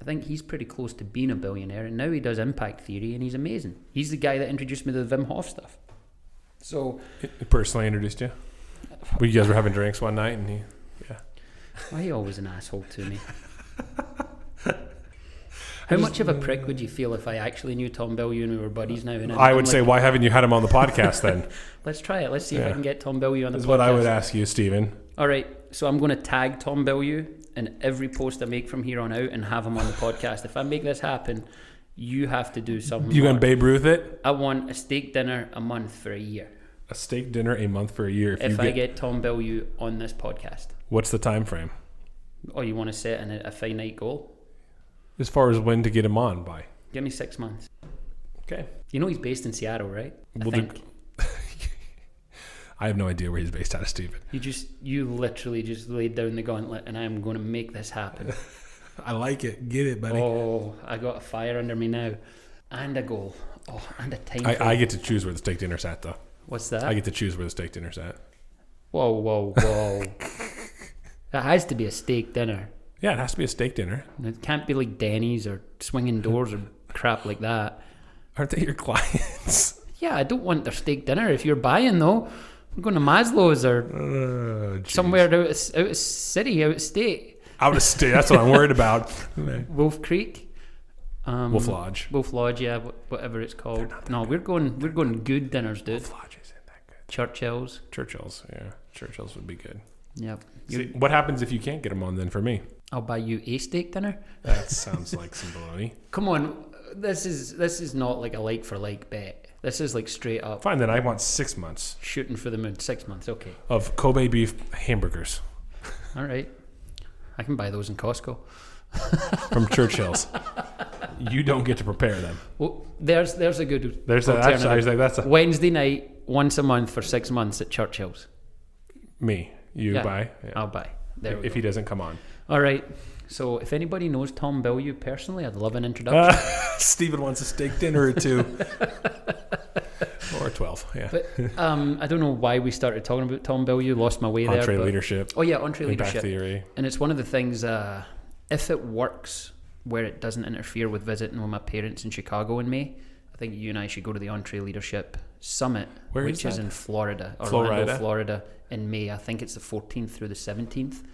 [SPEAKER 2] i think he's pretty close to being a billionaire and now he does impact theory and he's amazing he's the guy that introduced me to the wim hof stuff so
[SPEAKER 1] He personally introduced you. We guys were having drinks one night, and he.
[SPEAKER 2] Why are you always an asshole to me? How much of a prick would you feel if I actually knew Tom Bellew and we were buddies now? And
[SPEAKER 1] I would say,
[SPEAKER 2] like,
[SPEAKER 1] why haven't you had him on the podcast then?
[SPEAKER 2] let's try it. Let's see if I
[SPEAKER 1] Yeah.
[SPEAKER 2] can get Tom Bellew on the
[SPEAKER 1] is
[SPEAKER 2] podcast.
[SPEAKER 1] what I would ask you, Stephen.
[SPEAKER 2] All right, so I'm going to tag Tom Bellew in every post I make from here on out and have him on the podcast. If I make this happen, you have to do something.
[SPEAKER 1] You gonna
[SPEAKER 2] more.
[SPEAKER 1] Babe Ruth it?
[SPEAKER 2] I want a steak dinner a month for a year
[SPEAKER 1] A steak dinner a month for a year. If,
[SPEAKER 2] if
[SPEAKER 1] you
[SPEAKER 2] I
[SPEAKER 1] get,
[SPEAKER 2] get Tom Bellew on this podcast.
[SPEAKER 1] what's the time frame
[SPEAKER 2] Or you want to set in a, a finite goal?
[SPEAKER 1] as far as when to get him on by?
[SPEAKER 2] Give me six months.
[SPEAKER 1] Okay,
[SPEAKER 2] You know he's based in Seattle, right?
[SPEAKER 1] We'll
[SPEAKER 2] I
[SPEAKER 1] do-
[SPEAKER 2] think.
[SPEAKER 1] I have no idea where he's based out of, Stephen.
[SPEAKER 2] You just, you literally just laid down the gauntlet, and I am going to make this happen.
[SPEAKER 1] I like it. Get it, buddy.
[SPEAKER 2] oh, I got a fire under me now, and a goal. Oh, and a time. frame.
[SPEAKER 1] I, I get to choose where the steak dinner's at, though.
[SPEAKER 2] What's that?
[SPEAKER 1] I get to choose where the steak dinner's at.
[SPEAKER 2] whoa, whoa, whoa! that has to be a steak dinner.
[SPEAKER 1] Yeah, it has to be a steak dinner.
[SPEAKER 2] It can't be like Denny's or swinging doors or crap like that.
[SPEAKER 1] Aren't they your clients?
[SPEAKER 2] Yeah, I don't want their steak dinner. If you're buying though, we're going to Maslow's or
[SPEAKER 1] Oh, geez.
[SPEAKER 2] somewhere out of, out of city, out of state,
[SPEAKER 1] out of state. That's what I'm worried about.
[SPEAKER 2] Wolf Creek. Um,
[SPEAKER 1] Wolf Lodge.
[SPEAKER 2] Wolf Lodge, yeah, wh- whatever it's called. No, we're going we're going good dinners, dude.
[SPEAKER 1] Wolf Lodge isn't that good.
[SPEAKER 2] Churchill's.
[SPEAKER 1] Churchill's, yeah. Churchill's would be good.
[SPEAKER 2] Yep.
[SPEAKER 1] See, what happens if you can't get them on then for me?
[SPEAKER 2] I'll buy you a steak dinner.
[SPEAKER 1] That sounds like some baloney.
[SPEAKER 2] Come on, this is this is not like a like for like bet. This is like straight up
[SPEAKER 1] Fine, then I want six months
[SPEAKER 2] shooting for the moon. Six months, okay,
[SPEAKER 1] of Kobe beef hamburgers
[SPEAKER 2] all right. I can buy those in Costco.
[SPEAKER 1] from Churchill's. You don't get to prepare them.
[SPEAKER 2] Well, Oh, there's there's a good
[SPEAKER 1] There's a, that's, I was
[SPEAKER 2] alternative.
[SPEAKER 1] like, that's a,
[SPEAKER 2] Wednesday night, once a month for six months at Churchill's.
[SPEAKER 1] me. You
[SPEAKER 2] Yeah.
[SPEAKER 1] buy. Yeah.
[SPEAKER 2] I'll buy. There we
[SPEAKER 1] If
[SPEAKER 2] go.
[SPEAKER 1] he doesn't come on,
[SPEAKER 2] All right. So if anybody knows Tom Bellew personally, I'd love an introduction.
[SPEAKER 1] uh, Stephen wants a steak dinner or two, or twelve. Yeah,
[SPEAKER 2] But um, I don't know why we started talking about Tom Bellew. Lost my way there.
[SPEAKER 1] entree
[SPEAKER 2] but-
[SPEAKER 1] leadership,
[SPEAKER 2] Oh yeah, entree
[SPEAKER 1] impact
[SPEAKER 2] leadership.
[SPEAKER 1] theory.
[SPEAKER 2] And it's one of the things. Uh, if it works, where it doesn't interfere with visiting with my parents in Chicago in May, I think you and I should go to the Entree Leadership Summit,
[SPEAKER 1] Where is
[SPEAKER 2] which is,
[SPEAKER 1] that?
[SPEAKER 2] in Florida, Orlando,
[SPEAKER 1] Florida?
[SPEAKER 2] Florida, in May. I think it's the 14th through the 17th.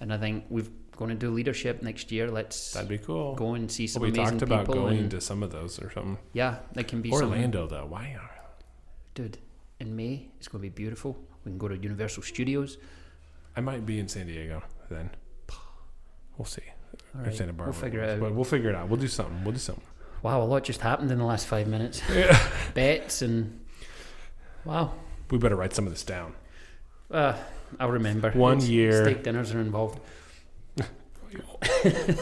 [SPEAKER 2] And I think we're going to do leadership next year. Let's
[SPEAKER 1] That'd be cool.
[SPEAKER 2] go and see some
[SPEAKER 1] Well, we
[SPEAKER 2] amazing
[SPEAKER 1] talked about
[SPEAKER 2] people.
[SPEAKER 1] going
[SPEAKER 2] and-
[SPEAKER 1] to some of those or something.
[SPEAKER 2] yeah, it can be something-
[SPEAKER 1] Orlando though, why are
[SPEAKER 2] dude. In May, it's going to be beautiful. We can go to Universal Studios.
[SPEAKER 1] I might be in San Diego then. We'll see.
[SPEAKER 2] All
[SPEAKER 1] Or
[SPEAKER 2] right,
[SPEAKER 1] Santa
[SPEAKER 2] we'll
[SPEAKER 1] Barbara,
[SPEAKER 2] figure it out.
[SPEAKER 1] But we'll figure it out. We'll do something. We'll do something.
[SPEAKER 2] Wow, a lot just happened in the last five minutes. Bets and wow,
[SPEAKER 1] We better write some of this down.
[SPEAKER 2] uh, I'll remember.
[SPEAKER 1] One year.
[SPEAKER 2] steak dinners are involved.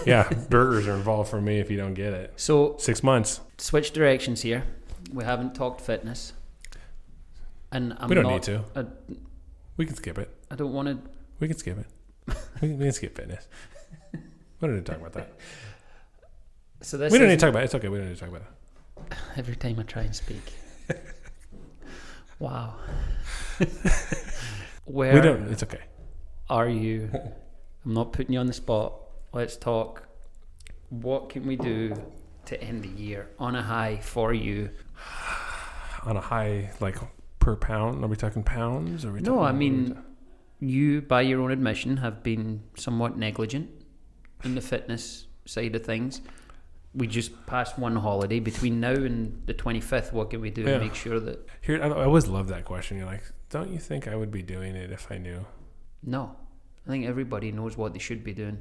[SPEAKER 1] yeah, burgers are involved for me if you don't get it.
[SPEAKER 2] So
[SPEAKER 1] Six months.
[SPEAKER 2] switch directions here. We haven't talked fitness, and I'm
[SPEAKER 1] we don't
[SPEAKER 2] not,
[SPEAKER 1] need to.
[SPEAKER 2] a-
[SPEAKER 1] we can skip it.
[SPEAKER 2] I don't want to.
[SPEAKER 1] We can skip it. we, can, we can skip fitness. We don't need to talk about that.
[SPEAKER 2] So this
[SPEAKER 1] we don't need
[SPEAKER 2] is-
[SPEAKER 1] to talk about it. It's okay. We don't need to talk about it.
[SPEAKER 2] every time I try and speak. wow. Where
[SPEAKER 1] We don't. It's okay.
[SPEAKER 2] are you? I'm not putting you on the spot. Let's talk. What can we do to end the year on a high for you?
[SPEAKER 1] on a high like per pound? Are we talking pounds? Are we
[SPEAKER 2] No,
[SPEAKER 1] talking-
[SPEAKER 2] I mean, you, by your own admission, have been somewhat negligent in the fitness side of things. We just passed one holiday. Between now and the 25th, what can we do
[SPEAKER 1] Yeah.
[SPEAKER 2] to make sure that.
[SPEAKER 1] here I I always love that question. You're like, don't you think I would be doing it if I knew?
[SPEAKER 2] No. I think everybody knows what they should be doing.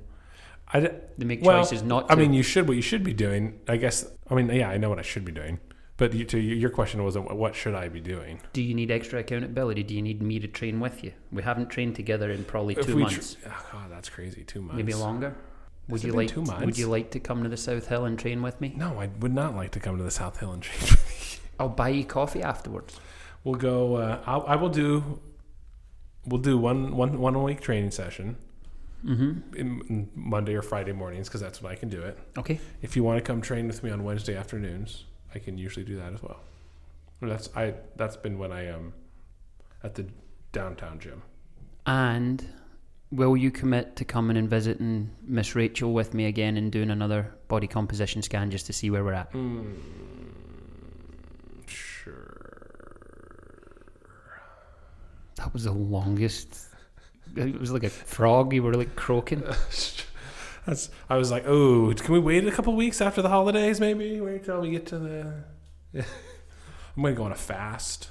[SPEAKER 1] I, d-
[SPEAKER 2] They make
[SPEAKER 1] Well,
[SPEAKER 2] choices not to.
[SPEAKER 1] I mean, you should. What you should be doing, I guess. I mean, yeah, I know what I should be doing. But you, to your question wasn't what should I be doing?
[SPEAKER 2] do you need extra accountability? Do you need me to train with you? We haven't trained together in probably
[SPEAKER 1] If
[SPEAKER 2] two
[SPEAKER 1] we tr-
[SPEAKER 2] months,
[SPEAKER 1] Oh God, that's crazy. Two months.
[SPEAKER 2] maybe longer. Would
[SPEAKER 1] Has it
[SPEAKER 2] you
[SPEAKER 1] been
[SPEAKER 2] like?
[SPEAKER 1] two
[SPEAKER 2] Would
[SPEAKER 1] months?
[SPEAKER 2] you like to come to the South Hill and train with me?
[SPEAKER 1] No, I would not like to come to the South Hill and change.
[SPEAKER 2] I'll buy you coffee afterwards.
[SPEAKER 1] We'll go. Uh, I'll, I will do. We'll do one one one a week training session
[SPEAKER 2] Mm-hmm.
[SPEAKER 1] in, in Monday or Friday mornings because that's when I can do it.
[SPEAKER 2] Okay.
[SPEAKER 1] If you want to come train with me on Wednesday afternoons, I can usually do that as well. And that's I. That's been when I am at the downtown gym.
[SPEAKER 2] And will you commit to coming and visiting Miss Rachel with me again and doing another body composition scan just to see where we're at? That was the longest. It was like a frog. You were like croaking.
[SPEAKER 1] That's. I was like, oh, can we wait a couple weeks after the holidays? Maybe wait till we get to the. I'm gonna go on a fast.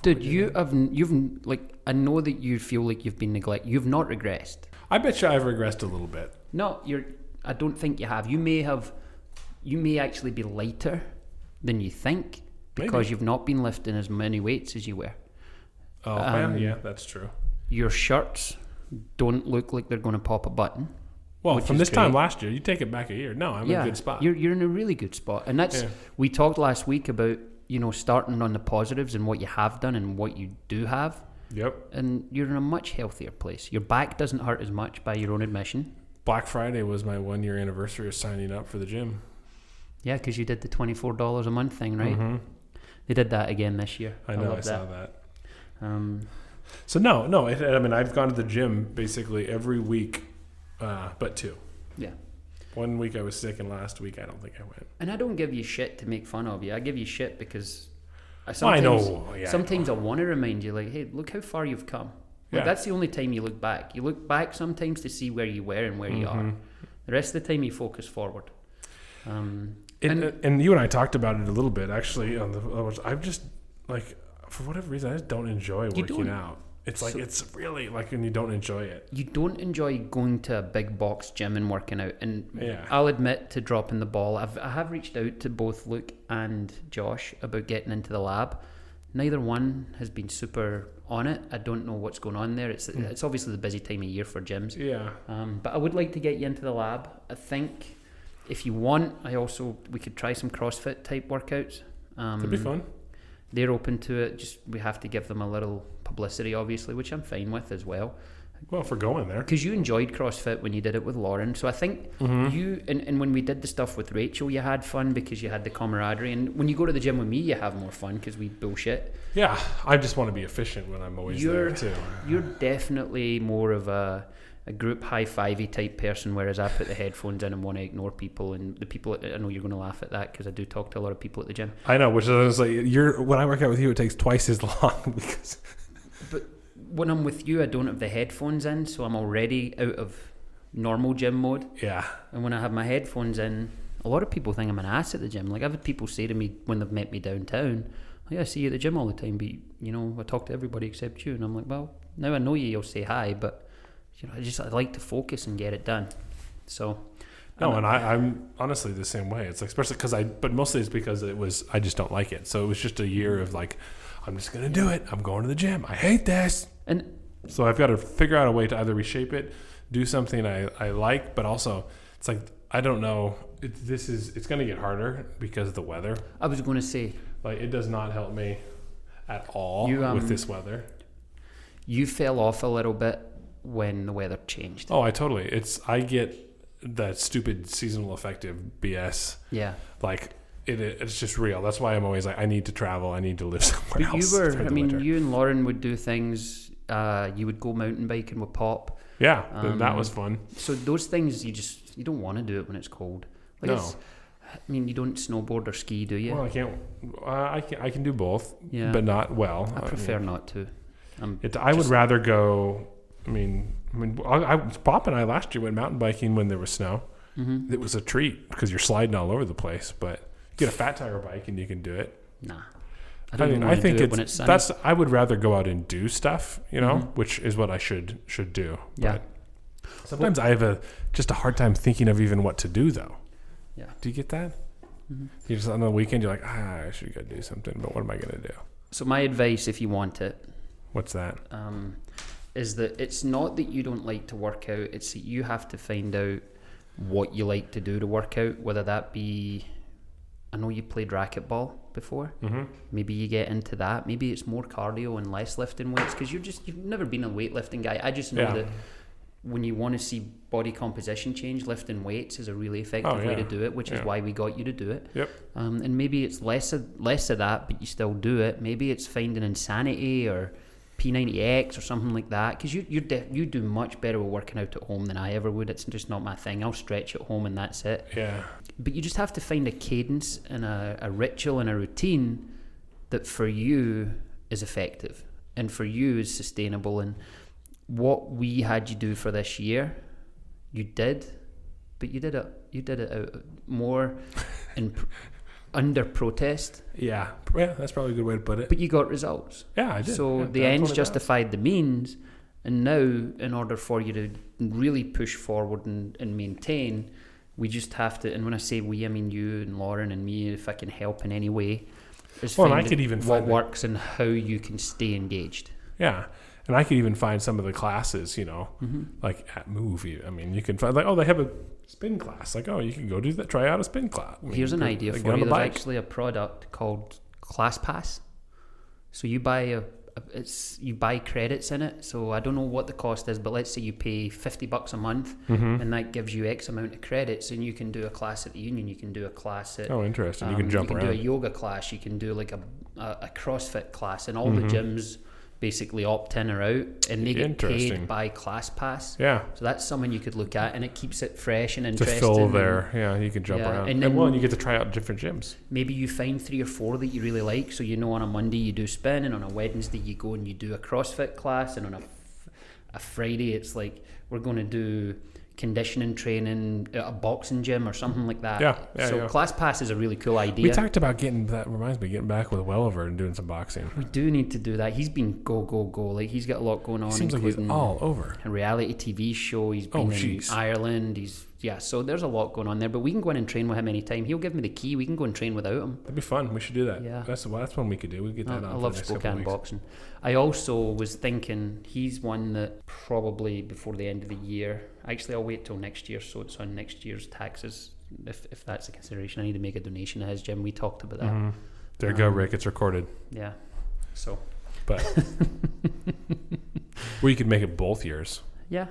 [SPEAKER 2] Dude, you have you've like I know that you feel like you've been neglected. You've not regressed.
[SPEAKER 1] I bet you I've regressed a little bit.
[SPEAKER 2] No, you're. I don't think you have. You may have. You may actually be lighter than you think because
[SPEAKER 1] Maybe.
[SPEAKER 2] you've not been lifting as many weights as you were.
[SPEAKER 1] Oh, well,
[SPEAKER 2] Um,
[SPEAKER 1] yeah, that's true.
[SPEAKER 2] Your shirts don't look like they're going to pop a button.
[SPEAKER 1] Well,
[SPEAKER 2] which
[SPEAKER 1] from
[SPEAKER 2] is
[SPEAKER 1] this time
[SPEAKER 2] great.
[SPEAKER 1] last year, you take it back a year. No, I'm in a good spot.
[SPEAKER 2] You're you're in a really good spot, and that's
[SPEAKER 1] Yeah.
[SPEAKER 2] we talked last week about you know starting on the positives and what you have done and what you do have,
[SPEAKER 1] Yep.
[SPEAKER 2] and you're in a much healthier place. Your back doesn't hurt as much by your own admission.
[SPEAKER 1] Black Friday was my one year anniversary of signing up for the gym.
[SPEAKER 2] Yeah, because you did the twenty four dollars a month thing, right?
[SPEAKER 1] Mhm.
[SPEAKER 2] They did that again this year.
[SPEAKER 1] I know. I,
[SPEAKER 2] love that.
[SPEAKER 1] saw that.
[SPEAKER 2] Um,
[SPEAKER 1] So no, no. It, I mean, I've gone to the gym basically every week, uh, but two.
[SPEAKER 2] Yeah.
[SPEAKER 1] One week I was sick, and last week I don't think I went.
[SPEAKER 2] And I don't give you shit to make fun of you. I give you shit because I
[SPEAKER 1] Well, I
[SPEAKER 2] sometimes,
[SPEAKER 1] know. Yeah, I
[SPEAKER 2] sometimes I, want to remind you, like, hey, look how far you've come. Like,
[SPEAKER 1] Yeah.
[SPEAKER 2] That's the only time you look back. You look back sometimes to see where you were and where you
[SPEAKER 1] Mm-hmm.
[SPEAKER 2] are. The rest of the time, you focus forward. Um,
[SPEAKER 1] And,
[SPEAKER 2] And-
[SPEAKER 1] and you and I talked about it a little bit actually. On the I'm just like for whatever reason I just don't enjoy working
[SPEAKER 2] don't.
[SPEAKER 1] out. It's like
[SPEAKER 2] So-
[SPEAKER 1] it's really like when you don't enjoy it.
[SPEAKER 2] you don't enjoy going to a big box gym and working out. And
[SPEAKER 1] Yeah.
[SPEAKER 2] I'll admit to dropping the ball. I've, I have reached out to both Luke and Josh about getting into the lab. Neither one has been super on it. I don't know what's going on there. It's
[SPEAKER 1] Hmm.
[SPEAKER 2] it's obviously the busy time of year for gyms.
[SPEAKER 1] Yeah.
[SPEAKER 2] Um, but I would like to get you into the lab. I think if you want, I also we could try some CrossFit type workouts. Um,
[SPEAKER 1] That'd be fun.
[SPEAKER 2] They're open to it. Just we have to give them a little publicity, obviously, which I'm fine with as well
[SPEAKER 1] Well, if we're going there.
[SPEAKER 2] because you enjoyed CrossFit when you did it with Lauren. So I think
[SPEAKER 1] Hmm.
[SPEAKER 2] you and, and when we did the stuff with Rachel, you had fun because you had the camaraderie. And when you go to the gym with me, you have more fun because we bullshit.
[SPEAKER 1] Yeah, I just want to be efficient when I'm always
[SPEAKER 2] You're-
[SPEAKER 1] there too.
[SPEAKER 2] You're definitely more of a a group high fivey type person, whereas I put the headphones in and want to ignore people. And the people, I know you're going to laugh at that because I do talk to a lot of people at the gym.
[SPEAKER 1] I know, which is like you're when I work out with you, it takes twice as long because
[SPEAKER 2] When I'm with you, I don't have the headphones in, so I'm already out of normal gym mode.
[SPEAKER 1] yeah,
[SPEAKER 2] And when I have my headphones in, a lot of people think I'm an ass at the gym. Like I've had people say to me when they've met me downtown, "Oh, "Yeah, I see you at the gym all the time, but you know, I talk to everybody except you." And I'm like, "Well, now I know you. You'll say hi, but you know, I just I like to focus and get it done." So,
[SPEAKER 1] No,
[SPEAKER 2] I'm-
[SPEAKER 1] and I, I'm honestly the same way. It's like, especially because I, but mostly it's because it was, I just don't like it. So it was just a year of like, I'm just going to do it. I'm going to the gym. I hate this.
[SPEAKER 2] and
[SPEAKER 1] So I've got to figure out a way to either reshape it, do something I, I like, but also it's like, I don't know. It, this is, it's going to get harder because of the weather.
[SPEAKER 2] I was going to say,
[SPEAKER 1] Like, it does not help me at all
[SPEAKER 2] You, um,
[SPEAKER 1] with this weather.
[SPEAKER 2] you fell off a little bit when the weather changed.
[SPEAKER 1] Oh, I totally. It's, I get that stupid seasonal effective BS.
[SPEAKER 2] Yeah,
[SPEAKER 1] like it, it's just real. That's why I'm always like, I need to travel. I need to live somewhere
[SPEAKER 2] but
[SPEAKER 1] else.
[SPEAKER 2] you were.
[SPEAKER 1] for
[SPEAKER 2] I
[SPEAKER 1] the
[SPEAKER 2] mean,
[SPEAKER 1] winter.
[SPEAKER 2] you and Lauren would do things. Uh, you would go mountain biking with Pop.
[SPEAKER 1] yeah, th- that
[SPEAKER 2] um,
[SPEAKER 1] was fun.
[SPEAKER 2] So those things you just you don't want to do it when it's cold. Like
[SPEAKER 1] No.
[SPEAKER 2] it's, I mean, you don't snowboard or ski, do you?
[SPEAKER 1] Well, I can't. Uh, I can. I can do both,
[SPEAKER 2] yeah.
[SPEAKER 1] but not well.
[SPEAKER 2] I
[SPEAKER 1] mean,
[SPEAKER 2] prefer not to. I'm
[SPEAKER 1] it. I would
[SPEAKER 2] just-
[SPEAKER 1] rather go. I mean, I mean, I, I Pop and I last year went mountain biking when there was snow.
[SPEAKER 2] mhm.
[SPEAKER 1] It was a treat because you're sliding all over the place. But you get a fat tire bike and you can do it.
[SPEAKER 2] Nah. I don't even
[SPEAKER 1] mean,
[SPEAKER 2] want to do it when it's sunny.
[SPEAKER 1] that's. I would rather go out and do stuff, you know,
[SPEAKER 2] Mhm.
[SPEAKER 1] which is what I should should do.
[SPEAKER 2] Yeah.
[SPEAKER 1] But sometimes I have a just a hard time thinking of even what to do though.
[SPEAKER 2] Yeah.
[SPEAKER 1] Do you get that?
[SPEAKER 2] Mhm.
[SPEAKER 1] You're just on the weekend. You're like, ah, I should go do something, but what am I gonna do?
[SPEAKER 2] So my advice, if you want it,
[SPEAKER 1] What's that?
[SPEAKER 2] um, is that it's not that you don't like to work out, it's that you have to find out what you like to do to work out, whether that be. I know you played racquetball before.
[SPEAKER 1] Mm-hmm.
[SPEAKER 2] Maybe you get into that. Maybe it's more cardio and less lifting weights because you're just you've never been a weightlifting guy. I just know
[SPEAKER 1] Yeah.
[SPEAKER 2] that when you want to see body composition change, lifting weights is a really effective
[SPEAKER 1] Oh,
[SPEAKER 2] way
[SPEAKER 1] yeah.
[SPEAKER 2] to do it, which
[SPEAKER 1] Yeah.
[SPEAKER 2] is why we got you to do it.
[SPEAKER 1] Yep.
[SPEAKER 2] Um, and maybe it's less of, less of that, but you still do it. Maybe it's finding insanity or P90X or something like that because you you de- you do much better with working out at home than I ever would. It's just not my thing. I'll stretch at home and that's it
[SPEAKER 1] Yeah.
[SPEAKER 2] but you just have to find a cadence and a, a ritual and a routine that for you is effective and for you is sustainable and what we had you do for this year you did but you did it you did it out more in pr- under protest
[SPEAKER 1] Yeah. Yeah. That's probably a good way to put it.
[SPEAKER 2] but you got results
[SPEAKER 1] yeah, I did.
[SPEAKER 2] so
[SPEAKER 1] Yeah,
[SPEAKER 2] the
[SPEAKER 1] I
[SPEAKER 2] ends
[SPEAKER 1] totally got
[SPEAKER 2] justified the means, and now in order for you to really push forward and, and maintain, we just have to. And when I say we, I mean you and Lauren and me. If I can help in any way, is
[SPEAKER 1] Well, and I
[SPEAKER 2] finding
[SPEAKER 1] could even
[SPEAKER 2] what
[SPEAKER 1] find the-
[SPEAKER 2] works and how you can stay engaged.
[SPEAKER 1] it. Yeah. And I could even find some of the classes, you know,
[SPEAKER 2] Mm-hmm.
[SPEAKER 1] like at movie. I mean, you can find like, oh, they have a spin class. Like, oh, you can go do that. Try out a spin class. I mean,
[SPEAKER 2] Here's an
[SPEAKER 1] go-
[SPEAKER 2] idea
[SPEAKER 1] like,
[SPEAKER 2] for
[SPEAKER 1] on
[SPEAKER 2] you.
[SPEAKER 1] the
[SPEAKER 2] There's
[SPEAKER 1] bike.
[SPEAKER 2] actually a product called ClassPass. So you buy a, a it's you buy credits in it. So I don't know what the cost is, but let's say you pay fifty bucks a month,
[SPEAKER 1] Mm-hmm.
[SPEAKER 2] and that gives you X amount of credits, and you can do a class at the union, you can do a class at.
[SPEAKER 1] Oh, interesting. You
[SPEAKER 2] um,
[SPEAKER 1] can jump
[SPEAKER 2] you can
[SPEAKER 1] around.
[SPEAKER 2] do a yoga class. You can do like a a, a CrossFit class, and all the
[SPEAKER 1] Mm-hmm.
[SPEAKER 2] gyms basically opt in or out, and they get
[SPEAKER 1] Interesting.
[SPEAKER 2] paid by ClassPass.
[SPEAKER 1] yeah.
[SPEAKER 2] So that's something you could look at, and it keeps it fresh and
[SPEAKER 1] To
[SPEAKER 2] interesting.
[SPEAKER 1] fill
[SPEAKER 2] and-
[SPEAKER 1] there. Yeah. You can jump
[SPEAKER 2] Yeah,
[SPEAKER 1] around.
[SPEAKER 2] and
[SPEAKER 1] And,
[SPEAKER 2] then-
[SPEAKER 1] well, and you get to try out different gyms.
[SPEAKER 2] maybe you find three or four that you really like so you know on a monday you do spin and on a wednesday you go and you do a crossfit class and on a, a friday it's like we're going to do conditioning training at a boxing gym or something like that
[SPEAKER 1] Yeah, yeah,
[SPEAKER 2] so
[SPEAKER 1] yeah.
[SPEAKER 2] class pass is a really cool idea
[SPEAKER 1] We talked about getting, that reminds me, getting back with Welliver and doing some boxing.
[SPEAKER 2] we do need to do that he's been go go go like he's got a lot going on
[SPEAKER 1] It seems like he's
[SPEAKER 2] including
[SPEAKER 1] all over.
[SPEAKER 2] a reality TV show. He's
[SPEAKER 1] Oh,
[SPEAKER 2] been in
[SPEAKER 1] jeez.
[SPEAKER 2] Ireland. He's yeah. So there's a lot going on there. But we can go in and train with him anytime. He'll give me the key. We can go and train without him.
[SPEAKER 1] That'd be fun. We should do that.
[SPEAKER 2] Yeah.
[SPEAKER 1] That's, well, that's one we could do. We could get that
[SPEAKER 2] I,
[SPEAKER 1] on.
[SPEAKER 2] I
[SPEAKER 1] for the
[SPEAKER 2] love
[SPEAKER 1] next couple
[SPEAKER 2] Spokane
[SPEAKER 1] weeks.
[SPEAKER 2] boxing. I also was thinking he's one that probably before the end of the year. Actually, I'll wait till next year, so it's on next year's taxes. If, if that's a consideration, I need to make a donation to his gym. We talked about that.
[SPEAKER 1] Mhm. There you go,
[SPEAKER 2] Um,
[SPEAKER 1] Rick. It's recorded.
[SPEAKER 2] Yeah. So
[SPEAKER 1] Or you could make it both years.
[SPEAKER 2] yeah,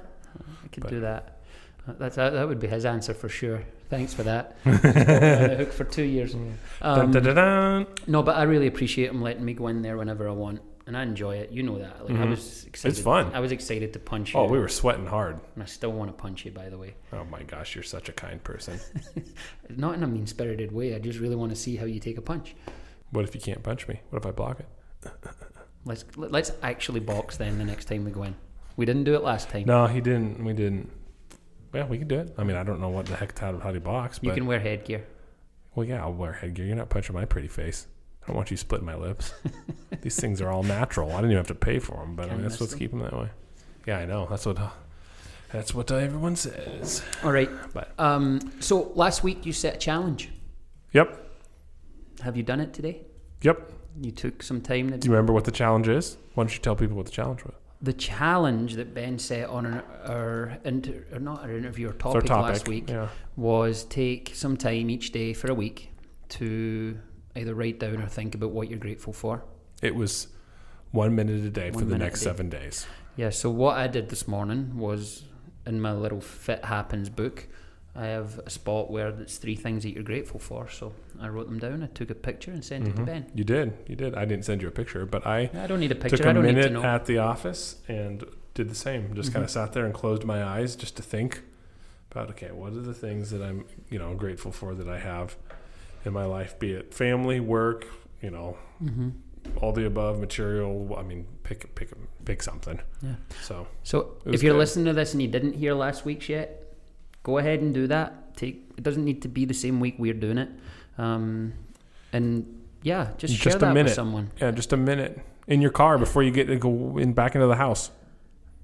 [SPEAKER 2] I could
[SPEAKER 1] But-
[SPEAKER 2] do that. Uh, That's that, that would be his answer for sure. Thanks for that. He's probably on the hook for two years.
[SPEAKER 1] Dun,
[SPEAKER 2] Um,
[SPEAKER 1] Mm. dun, dun, dun.
[SPEAKER 2] No, but I really appreciate him letting me go in there whenever I want, and I enjoy it. You know that. Like I
[SPEAKER 1] Mhm.
[SPEAKER 2] was excited.
[SPEAKER 1] fun.
[SPEAKER 2] I was excited to punch you.
[SPEAKER 1] Oh, we were sweating hard.
[SPEAKER 2] And I still want to punch you, by the way.
[SPEAKER 1] Oh my gosh, you're such a kind person.
[SPEAKER 2] Not in a mean spirited way. I just really want to see how you take a punch.
[SPEAKER 1] What if you can't punch me? What if I block it?
[SPEAKER 2] Let's let- let's actually box then the next time we go in. We didn't do it last time.
[SPEAKER 1] No, he didn't. We didn't. Well, we can do it. I mean, I don't know what the heck how to, how to box, but
[SPEAKER 2] you can wear headgear.
[SPEAKER 1] well, yeah, I'll wear headgear. You're not punching my pretty face. I don't want you splitting my lips. These things are all natural. I didn't even have to pay for them, but I
[SPEAKER 2] Kinda
[SPEAKER 1] mean, that's
[SPEAKER 2] miss
[SPEAKER 1] what's
[SPEAKER 2] them.
[SPEAKER 1] keeping them that way. Yeah, I know. That's what. uh, that's what uh, everyone says.
[SPEAKER 2] All right.
[SPEAKER 1] But-
[SPEAKER 2] um, so last week you set a challenge.
[SPEAKER 1] Yep.
[SPEAKER 2] Have you done it today?
[SPEAKER 1] Yep.
[SPEAKER 2] You took some time.
[SPEAKER 1] Do
[SPEAKER 2] To,
[SPEAKER 1] you remember what the challenge is? Why don't you tell people what the challenge was?
[SPEAKER 2] the challenge that Ben set on our, our inter, or not our interview or
[SPEAKER 1] It's our
[SPEAKER 2] topic,
[SPEAKER 1] topic.
[SPEAKER 2] last week
[SPEAKER 1] Yeah.
[SPEAKER 2] was take some time each day for a week to either write down or think about what you're grateful for.
[SPEAKER 1] It was one minute a day for
[SPEAKER 2] One
[SPEAKER 1] the
[SPEAKER 2] minute
[SPEAKER 1] next
[SPEAKER 2] a day.
[SPEAKER 1] seven days.
[SPEAKER 2] Yeah, so what I did this morning was in my little Fit Happens book, I have a spot where it's three things that you're grateful for. So I wrote them down, I took a picture and sent it to
[SPEAKER 1] Mhm.
[SPEAKER 2] Ben.
[SPEAKER 1] You did. You did. I didn't send you a picture, but I
[SPEAKER 2] I don't need a picture,
[SPEAKER 1] took a
[SPEAKER 2] I don't need to
[SPEAKER 1] minute uh,
[SPEAKER 2] know. Mm-hmm.
[SPEAKER 1] at the office and did the same. Just kind of sat there and closed my eyes just to think about okay, what are the things that I'm you know grateful for that I have, in my life, be it family, work, you know,
[SPEAKER 2] hmm
[SPEAKER 1] all the above, material. I mean, pick pick pick something.
[SPEAKER 2] Yeah.
[SPEAKER 1] So
[SPEAKER 2] So
[SPEAKER 1] It was
[SPEAKER 2] if you're
[SPEAKER 1] good.
[SPEAKER 2] listening to this and you didn't hear last week's yet, go ahead and do that. Take it doesn't need to be the same week we're doing it. Um, and yeah, just,
[SPEAKER 1] Just
[SPEAKER 2] share
[SPEAKER 1] a
[SPEAKER 2] that
[SPEAKER 1] minute.
[SPEAKER 2] with someone.
[SPEAKER 1] yeah, just a minute in your car before you get to go in back into the house.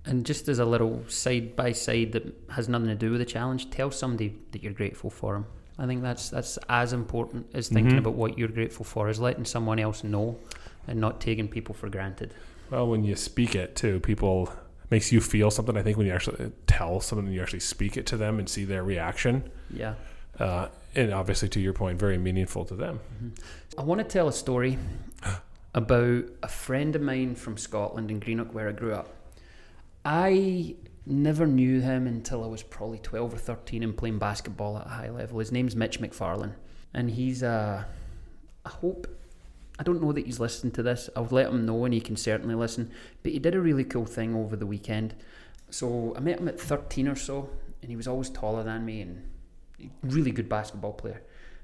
[SPEAKER 2] And just as a little side by side that has nothing to do with the challenge, tell somebody that you're grateful for them. I think that's that's as important as thinking
[SPEAKER 1] Mhm.
[SPEAKER 2] about what you're grateful for is letting someone else know and not taking people for granted.
[SPEAKER 1] Well, when you speak it too, people makes you feel something. I think when you actually tell someone, you actually speak it to them and see their reaction,
[SPEAKER 2] Yeah.
[SPEAKER 1] uh, and obviously to your point, very meaningful to them.
[SPEAKER 2] I want to tell a story about a friend of mine from Scotland in Greenock, where I grew up. I never knew him until I was probably 12 or 13 and playing basketball at a high level. His name's Mitch McFarlane, and he's a. I hope. I don't know that he's listening to this. I'll let him know, and he can certainly listen. But he did a really cool thing over the weekend. So I met him at 13 or so, and he was always taller than me and really good basketball player.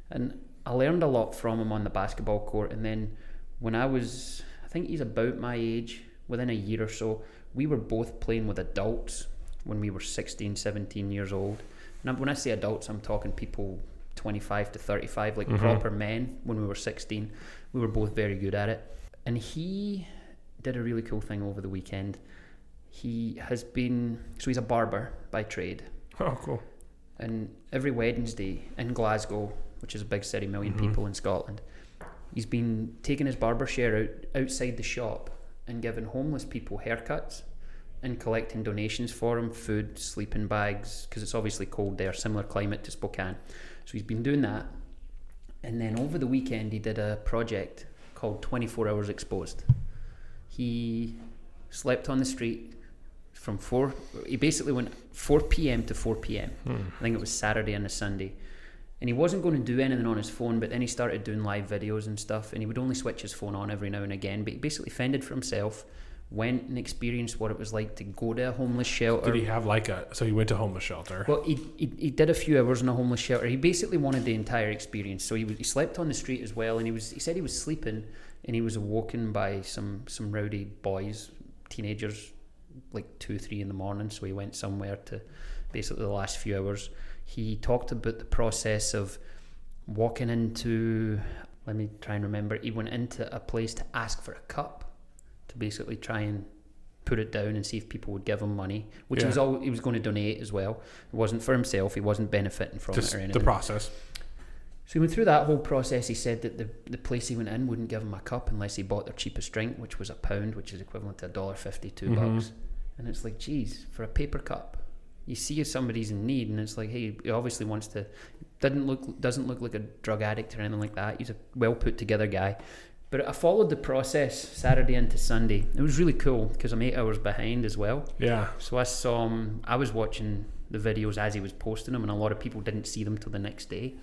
[SPEAKER 2] And I learned a lot from him on the basketball court. And then when I was, I think he's about my age, within a year or so, we were both playing with adults when we were 16, 17 years old. And I'm- when I say adults, I'm talking people 25 to 35, like
[SPEAKER 1] Mhm.
[SPEAKER 2] proper men when we were 16. We were both very good at it. And he did a really cool thing over the weekend. He has been, so he's a barber by trade
[SPEAKER 1] Oh, cool.
[SPEAKER 2] and every Wednesday in Glasgow, which is a big city, 1000000
[SPEAKER 1] Mhm.
[SPEAKER 2] people in Scotland, he's been taking his barber share out outside the shop and giving homeless people haircuts and collecting donations for them, food, sleeping bags, because it's obviously cold there, similar climate to Spokane. So he's been doing that. And then over the weekend, he did a project called 24 Hours Exposed. He slept on the street from 4, he basically went 4 p.m. to 4 p.m.
[SPEAKER 1] Hmm.
[SPEAKER 2] I think it was Saturday and a Sunday. And he wasn't going to do anything on his phone, but then he started doing live videos and stuff. And he would only switch his phone on every now and again. But he basically fended for himself, went and experienced what it was like to go to a homeless shelter.
[SPEAKER 1] Did he have like a? So he went to homeless shelter.
[SPEAKER 2] Well, he, he, he did a few hours in a homeless shelter. He basically wanted the entire experience. So he, was, he slept on the street as well, and he was he said he was sleeping, and he was awoken by some some rowdy boys, teenagers, like two three in the morning. So he went somewhere to, basically the last few hours. He talked about the process of walking into. Let me try and remember. He went into a place to ask for a cup, to basically try and put it down and see if people would give him money, which he
[SPEAKER 1] Yeah.
[SPEAKER 2] was all he was going to donate as well. It wasn't for himself. He wasn't benefiting from
[SPEAKER 1] Just
[SPEAKER 2] it or
[SPEAKER 1] the
[SPEAKER 2] anything.
[SPEAKER 1] process.
[SPEAKER 2] so he went through that whole process. He said that the, the place he went in wouldn't give him a cup unless he bought their cheapest drink, which was a pound, which is equivalent to a dollar fifty two
[SPEAKER 1] Mhm.
[SPEAKER 2] bucks. And it's like, geez, for a paper cup, you see if somebody's in need, and it's like, hey, he obviously wants to. Doesn't look doesn't look like a drug addict or anything like that. He's a well put together guy. But I followed the process Saturday into Sunday. It was really cool because I'm eight hours behind as well.
[SPEAKER 1] Yeah.
[SPEAKER 2] So I saw him. I was watching the videos as he was posting them, and a lot of people didn't see them till the next day.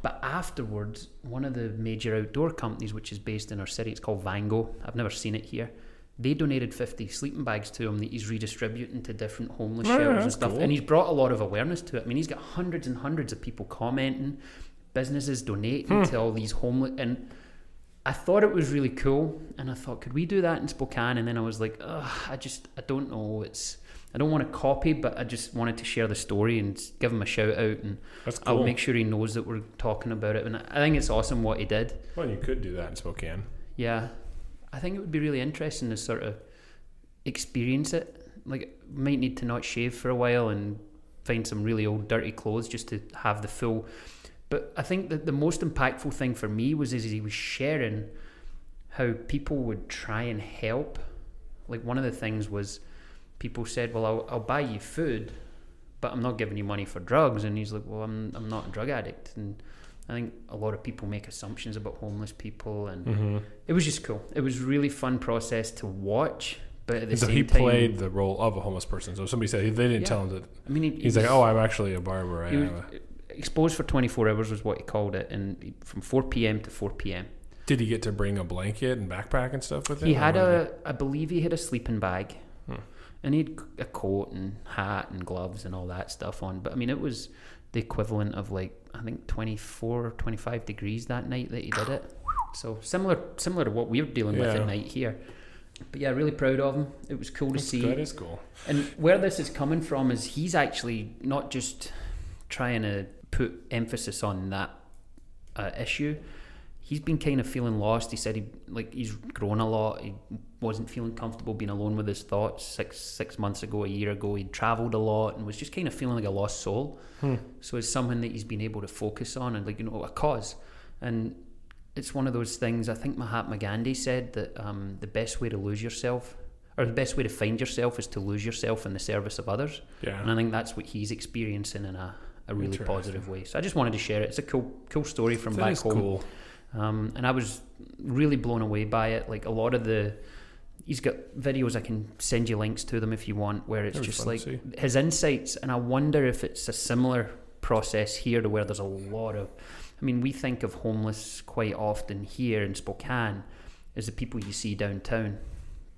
[SPEAKER 2] But afterwards, one of the major outdoor companies, which is based in our city, it's called Vango. I've never seen it here. They donated 50 sleeping bags to him that he's redistributing to different homeless
[SPEAKER 1] Oh, yeah,
[SPEAKER 2] shelters and
[SPEAKER 1] that's
[SPEAKER 2] stuff.
[SPEAKER 1] cool.
[SPEAKER 2] And he's brought a lot of awareness to it. I mean, he's got hundreds and hundreds of people commenting, businesses donating
[SPEAKER 1] Hmm.
[SPEAKER 2] to all these homeless. And I thought it was really cool, and I thought, could we do that in Spokane? And then I was like, Ugh, I just, I don't know. It's, I don't want to copy, but I just wanted to share the story and s- give him a shout out, and
[SPEAKER 1] That's
[SPEAKER 2] I'll
[SPEAKER 1] cool.
[SPEAKER 2] Oh, make sure he knows that we're talking about it. And I I think it's awesome what he did.
[SPEAKER 1] well, you could do that in Spokane.
[SPEAKER 2] Yeah, I think it would be really interesting to sort of experience it. Like, might need to not shave for a while and find some really old, dirty clothes just to have the full. But I think that the most impactful thing for me was is he was sharing how people would try and help. Like one of the things was people said, "Well, I'll, I'll buy you food, but I'm not giving you money for drugs." And he's like, "Well, I'm I'm not a drug addict." And I think a lot of people make assumptions about homeless people and
[SPEAKER 1] Mm-hmm.
[SPEAKER 2] it was just cool. It was really fun process to watch, but at the
[SPEAKER 1] so
[SPEAKER 2] same
[SPEAKER 1] he
[SPEAKER 2] time,
[SPEAKER 1] played the role of a homeless person. So if somebody said they didn't
[SPEAKER 2] Yeah.
[SPEAKER 1] tell him that.
[SPEAKER 2] I mean, he, he
[SPEAKER 1] He's like,
[SPEAKER 2] was-
[SPEAKER 1] oh, I'm actually a barber. I
[SPEAKER 2] he was
[SPEAKER 1] am a-
[SPEAKER 2] exposed for 24 hours was what he called it, and he- from 4 p.m. to 4 p.m.
[SPEAKER 1] Did he get to bring a blanket and backpack and stuff with him?
[SPEAKER 2] He
[SPEAKER 1] or
[SPEAKER 2] had
[SPEAKER 1] what did
[SPEAKER 2] a, I believe he had a sleeping bag,
[SPEAKER 1] Hmm.
[SPEAKER 2] and he had a coat and hat and gloves and all that stuff on. But I mean, it was the equivalent of like I think 24, 25 degrees that night that he did it. So similar, similar to what we're dealing with
[SPEAKER 1] Yeah.
[SPEAKER 2] at night here. But yeah, really proud of him. It was cool to
[SPEAKER 1] That's
[SPEAKER 2] see.
[SPEAKER 1] good. It's cool.
[SPEAKER 2] And where this is coming from is he's actually not just trying to put emphasis on that uh, issue. He's been kind of feeling lost. He said he like he's grown a lot. He wasn't feeling comfortable being alone with his thoughts six six months ago, a year ago. He'd travelled a lot and was just kind of feeling like a lost soul. So it's something that he's been able to focus on and like you know a cause. And it's one of those things. I think Mahatma Gandhi said that um, the best way to lose yourself, or the best way to find yourself, is to lose yourself in the service of others.
[SPEAKER 1] Yeah.
[SPEAKER 2] And I think that's what he's experiencing in a, a really
[SPEAKER 1] Interesting.
[SPEAKER 2] positive way. So I just wanted to share it. It's a cool cool story from
[SPEAKER 1] That
[SPEAKER 2] back
[SPEAKER 1] is
[SPEAKER 2] home.
[SPEAKER 1] cool.
[SPEAKER 2] Um, and I was really blown away by it. Like a lot of the he's got videos I can send you links to them if you want where it's
[SPEAKER 1] That'd be
[SPEAKER 2] just
[SPEAKER 1] fun
[SPEAKER 2] like
[SPEAKER 1] to
[SPEAKER 2] his insights and I wonder if it's a similar process here to where there's a lot of I mean, we think of homeless quite often here in Spokane as the people you see downtown.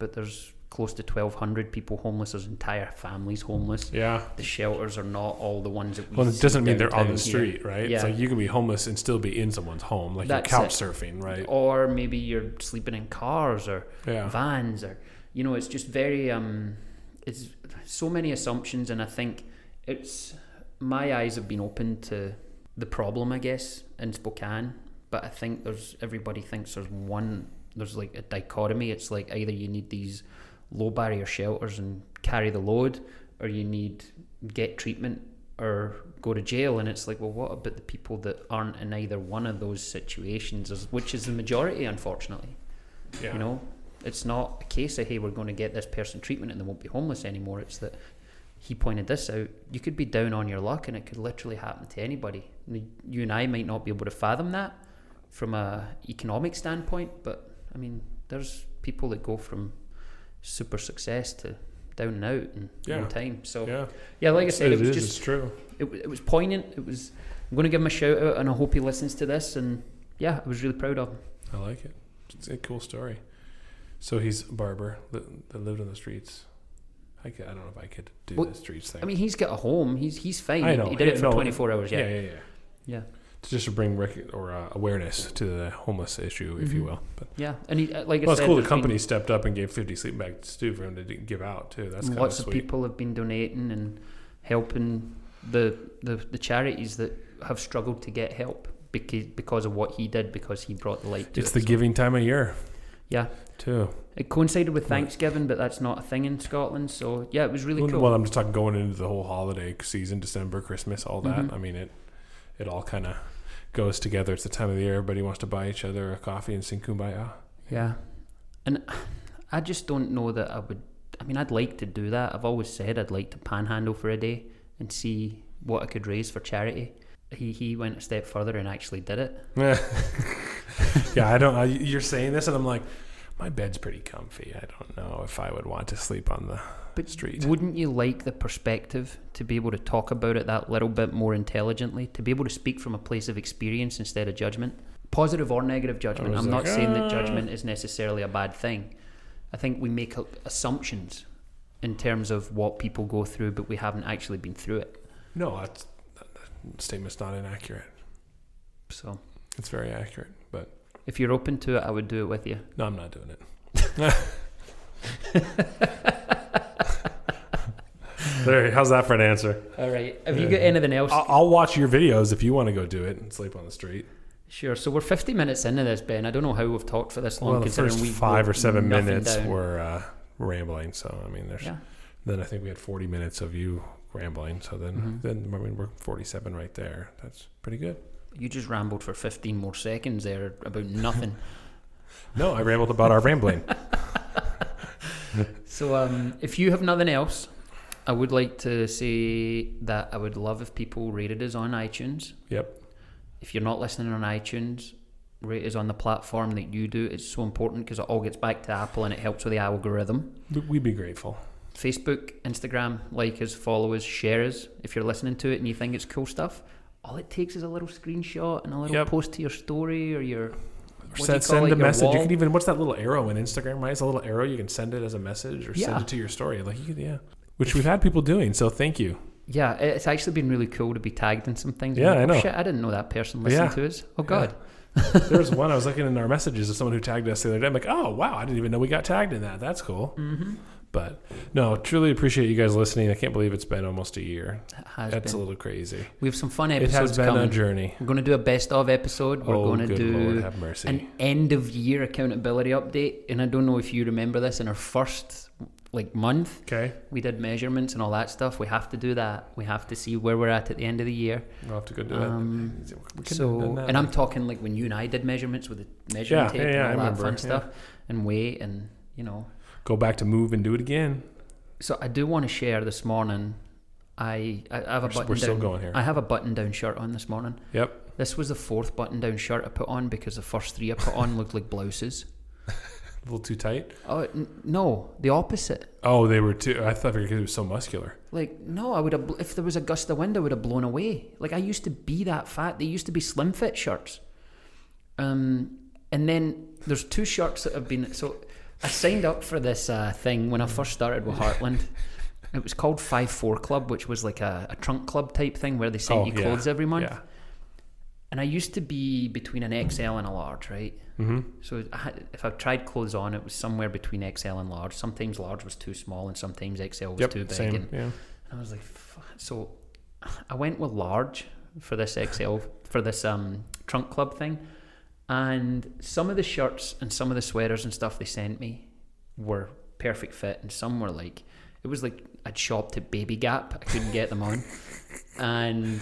[SPEAKER 2] But there's close to twelve hundred people homeless, there's entire families homeless
[SPEAKER 1] Yeah.
[SPEAKER 2] the shelters are not all the ones that we.
[SPEAKER 1] Well, it
[SPEAKER 2] see
[SPEAKER 1] doesn't mean they're on
[SPEAKER 2] downtown
[SPEAKER 1] the street, right?
[SPEAKER 2] Yeah.
[SPEAKER 1] It's like you can be homeless and still be in someone's home, like
[SPEAKER 2] That's
[SPEAKER 1] you're couch
[SPEAKER 2] it.
[SPEAKER 1] surfing,
[SPEAKER 2] here.
[SPEAKER 1] right?
[SPEAKER 2] Or maybe you're sleeping in cars or
[SPEAKER 1] Yeah.
[SPEAKER 2] vans or you know, it's just very um, it's so many assumptions, and I think it's my eyes have been opened to the problem, I guess, in Spokane. But I think there's everybody thinks there's one there's like a dichotomy. It's like either you need these low barrier shelters and carry the load, or you need get treatment or go to jail. And it's like, well, what about the people that aren't in either one of those situations, as- which is the majority, unfortunately?
[SPEAKER 1] Yeah.
[SPEAKER 2] You know, it's not a case of hey, we're going to get this person treatment and they won't be homeless anymore. It's that he pointed this out. You could be down on your luck, and it could literally happen to anybody. And You and I might not be able to fathom that from a economic standpoint, but I mean, there's people that go from super success to down and out in
[SPEAKER 1] Yeah.
[SPEAKER 2] no time. So yeah,
[SPEAKER 1] yeah.
[SPEAKER 2] like I said, it,
[SPEAKER 1] It
[SPEAKER 2] was
[SPEAKER 1] is,
[SPEAKER 2] just
[SPEAKER 1] it's true.
[SPEAKER 2] it, wa- it was poignant. It was. I'm going to give him a shout out, and I hope he listens to this. And yeah, I was really proud of him.
[SPEAKER 1] I like it. It's a cool story. So he's a barber li- that lived on the streets. I, could, I don't know if I could do
[SPEAKER 2] Well,
[SPEAKER 1] the streets thing.
[SPEAKER 2] I mean, he's got a home. He's he's fine.
[SPEAKER 1] I know.
[SPEAKER 2] He did
[SPEAKER 1] Yeah,
[SPEAKER 2] it for
[SPEAKER 1] no,
[SPEAKER 2] 24 hours. Yeah.
[SPEAKER 1] yeah, yeah, yeah.
[SPEAKER 2] Yeah.
[SPEAKER 1] It's just to bring rec- or uh, awareness to the homeless issue, if you
[SPEAKER 2] Mhm.
[SPEAKER 1] will. But
[SPEAKER 2] Yeah, and he, uh, like I
[SPEAKER 1] well, it's
[SPEAKER 2] said,
[SPEAKER 1] cool. The
[SPEAKER 2] there's been
[SPEAKER 1] company stepped up and gave 50 sleep bags to Stu for him to d- give out too. That's kind
[SPEAKER 2] lots
[SPEAKER 1] of
[SPEAKER 2] of,
[SPEAKER 1] sweet.
[SPEAKER 2] people have been donating and helping the, the the charities that have struggled to get help because because of what he did because he brought the light to
[SPEAKER 1] it's
[SPEAKER 2] it.
[SPEAKER 1] the
[SPEAKER 2] So,
[SPEAKER 1] giving time of year.
[SPEAKER 2] Yeah.
[SPEAKER 1] Too.
[SPEAKER 2] it coincided with
[SPEAKER 1] Right.
[SPEAKER 2] Thanksgiving, but that's not a thing in Scotland. So yeah, it was really
[SPEAKER 1] well,
[SPEAKER 2] cool.
[SPEAKER 1] well, I'm just talking going into the whole holiday season, December, Christmas, all that.
[SPEAKER 2] Mhm.
[SPEAKER 1] I mean, it it all kind of goes together. It's the time of the year everybody wants to buy each other a coffee and sing kumbaya.
[SPEAKER 2] Yeah. And I just don't know that I would. I mean, I'd like to do that. I've always said I'd like to panhandle for a day and see what I could raise for charity. He, he went a step further and actually did it.
[SPEAKER 1] yeah, I don't. I, you're saying this, and I'm like, my bed's pretty comfy. I don't know if I would want to sleep on the
[SPEAKER 2] But
[SPEAKER 1] street.
[SPEAKER 2] Wouldn't you like the perspective to be able to talk about it that little bit more intelligently, to be able to speak from a place of experience instead of judgment? Positive or negative judgment.
[SPEAKER 1] was
[SPEAKER 2] I'm
[SPEAKER 1] like,
[SPEAKER 2] not saying that
[SPEAKER 1] "Ah."
[SPEAKER 2] judgment is necessarily a bad thing. I think we make a- assumptions in terms of what people go through, but we haven't actually been through it.
[SPEAKER 1] No, that's, that, that statement's not inaccurate.
[SPEAKER 2] So
[SPEAKER 1] It's very accurate, but
[SPEAKER 2] if you're open to it, I would do it with you.
[SPEAKER 1] no, I'm not doing it. there, how's that for an answer?
[SPEAKER 2] All right. Have you got anything else?
[SPEAKER 1] I'll, I'll watch your videos if you want to go do it and sleep on the street.
[SPEAKER 2] Sure. So we're 50 minutes into this, Ben. I don't know how we've talked for this long.
[SPEAKER 1] well, the
[SPEAKER 2] considering
[SPEAKER 1] first
[SPEAKER 2] we
[SPEAKER 1] five
[SPEAKER 2] wrote
[SPEAKER 1] or seven
[SPEAKER 2] nothing
[SPEAKER 1] minutes
[SPEAKER 2] down.
[SPEAKER 1] were uh, rambling, so I mean, there's
[SPEAKER 2] Yeah.
[SPEAKER 1] Then I think we had 40 minutes of you rambling. So then,
[SPEAKER 2] Mhm.
[SPEAKER 1] then I mean, we're 47 right there. That's pretty good.
[SPEAKER 2] You just rambled for 15 more seconds there about nothing.
[SPEAKER 1] No, I rambled about our rambling.
[SPEAKER 2] so, um, if you have nothing else, I would like to say that I would love if people rated us on iTunes.
[SPEAKER 1] Yep.
[SPEAKER 2] If you're not listening on iTunes, rate us on the platform that you do. It's so important because it all gets back to Apple and it helps with the algorithm.
[SPEAKER 1] We- We'd be grateful.
[SPEAKER 2] Facebook, Instagram, like us, follow us, share us. If you're listening to it and you think it's cool stuff, all it takes is a little screenshot and a little
[SPEAKER 1] Yep.
[SPEAKER 2] post to your story or your.
[SPEAKER 1] Or
[SPEAKER 2] do you
[SPEAKER 1] send
[SPEAKER 2] call
[SPEAKER 1] send
[SPEAKER 2] it,
[SPEAKER 1] a
[SPEAKER 2] your
[SPEAKER 1] message. You
[SPEAKER 2] wall?
[SPEAKER 1] can even, what's that little arrow in Instagram, right? It's a little arrow. You can send it as a message or
[SPEAKER 2] Yeah.
[SPEAKER 1] send it to your story. Like, you could, yeah. Which we've had people doing. So thank you.
[SPEAKER 2] yeah, it's actually been really cool to be tagged in some things.
[SPEAKER 1] Yeah,
[SPEAKER 2] Like,
[SPEAKER 1] I
[SPEAKER 2] "Oh,
[SPEAKER 1] know.
[SPEAKER 2] Shit, I didn't know that person listened
[SPEAKER 1] Yeah.
[SPEAKER 2] to us. Oh god,
[SPEAKER 1] there was one I was looking in our messages of someone who tagged us the other day. I'm like, oh wow, I didn't even know we got tagged in that. That's cool.
[SPEAKER 2] mm-hmm.
[SPEAKER 1] But no, truly appreciate you guys listening. I can't believe it's been almost a year.
[SPEAKER 2] it has
[SPEAKER 1] That's
[SPEAKER 2] been.
[SPEAKER 1] a little crazy.
[SPEAKER 2] we have some fun
[SPEAKER 1] It has
[SPEAKER 2] episodes
[SPEAKER 1] been
[SPEAKER 2] coming.
[SPEAKER 1] a journey.
[SPEAKER 2] We're going to do a best of episode. We're
[SPEAKER 1] oh,
[SPEAKER 2] going to
[SPEAKER 1] good
[SPEAKER 2] do
[SPEAKER 1] Lord, have mercy.
[SPEAKER 2] an end of year accountability update. And I don't know if you remember this in our first like month,
[SPEAKER 1] okay,
[SPEAKER 2] we did measurements and all that stuff. We have to do that. We have to see where we're at at the end of the year.
[SPEAKER 1] we'll have to go do
[SPEAKER 2] Um,
[SPEAKER 1] it. We couldn't have done
[SPEAKER 2] So,
[SPEAKER 1] that.
[SPEAKER 2] and I'm talking like when you and I did measurements with the measuring
[SPEAKER 1] Yeah,
[SPEAKER 2] tape
[SPEAKER 1] yeah, yeah, I
[SPEAKER 2] and all that
[SPEAKER 1] remember,
[SPEAKER 2] fun
[SPEAKER 1] yeah.
[SPEAKER 2] stuff, and weight and you know.
[SPEAKER 1] go back to move and do it again.
[SPEAKER 2] So I do want to share this morning. I I I have a
[SPEAKER 1] We're,
[SPEAKER 2] button
[SPEAKER 1] we're still
[SPEAKER 2] down.
[SPEAKER 1] going here.
[SPEAKER 2] I have a button down shirt on this morning.
[SPEAKER 1] yep.
[SPEAKER 2] This was the fourth button down shirt I put on because the first three I put on looked like blouses.
[SPEAKER 1] A little too tight.
[SPEAKER 2] Oh n- no, the opposite.
[SPEAKER 1] Oh, they were too. I thought because it was so muscular.
[SPEAKER 2] Like no, I would have. bl- If there was a gust of wind, I would have blown away. Like I used to be that fat. They used to be slim fit shirts. Um, and then there's two shirts that have been. So I signed up for this uh, thing when I first started with Heartland. It was called Five Four Club, which was like a, a trunk club type thing where they sent
[SPEAKER 1] Oh,
[SPEAKER 2] you
[SPEAKER 1] yeah,
[SPEAKER 2] clothes every month.
[SPEAKER 1] Yeah.
[SPEAKER 2] And I used to be between an XL and a large, right?
[SPEAKER 1] hmm
[SPEAKER 2] So I had, if I tried clothes on, it was somewhere between XL and large. Sometimes large was too small, and sometimes XL was
[SPEAKER 1] Yep.
[SPEAKER 2] too big.
[SPEAKER 1] Same.
[SPEAKER 2] And
[SPEAKER 1] Yeah.
[SPEAKER 2] and I was like, Fuck. so I went with large for this XL for this um, trunk club thing, and some of the shirts and some of the sweaters and stuff they sent me were perfect fit, and some were like it was like I'd shopped at Baby Gap, I couldn't get them on, and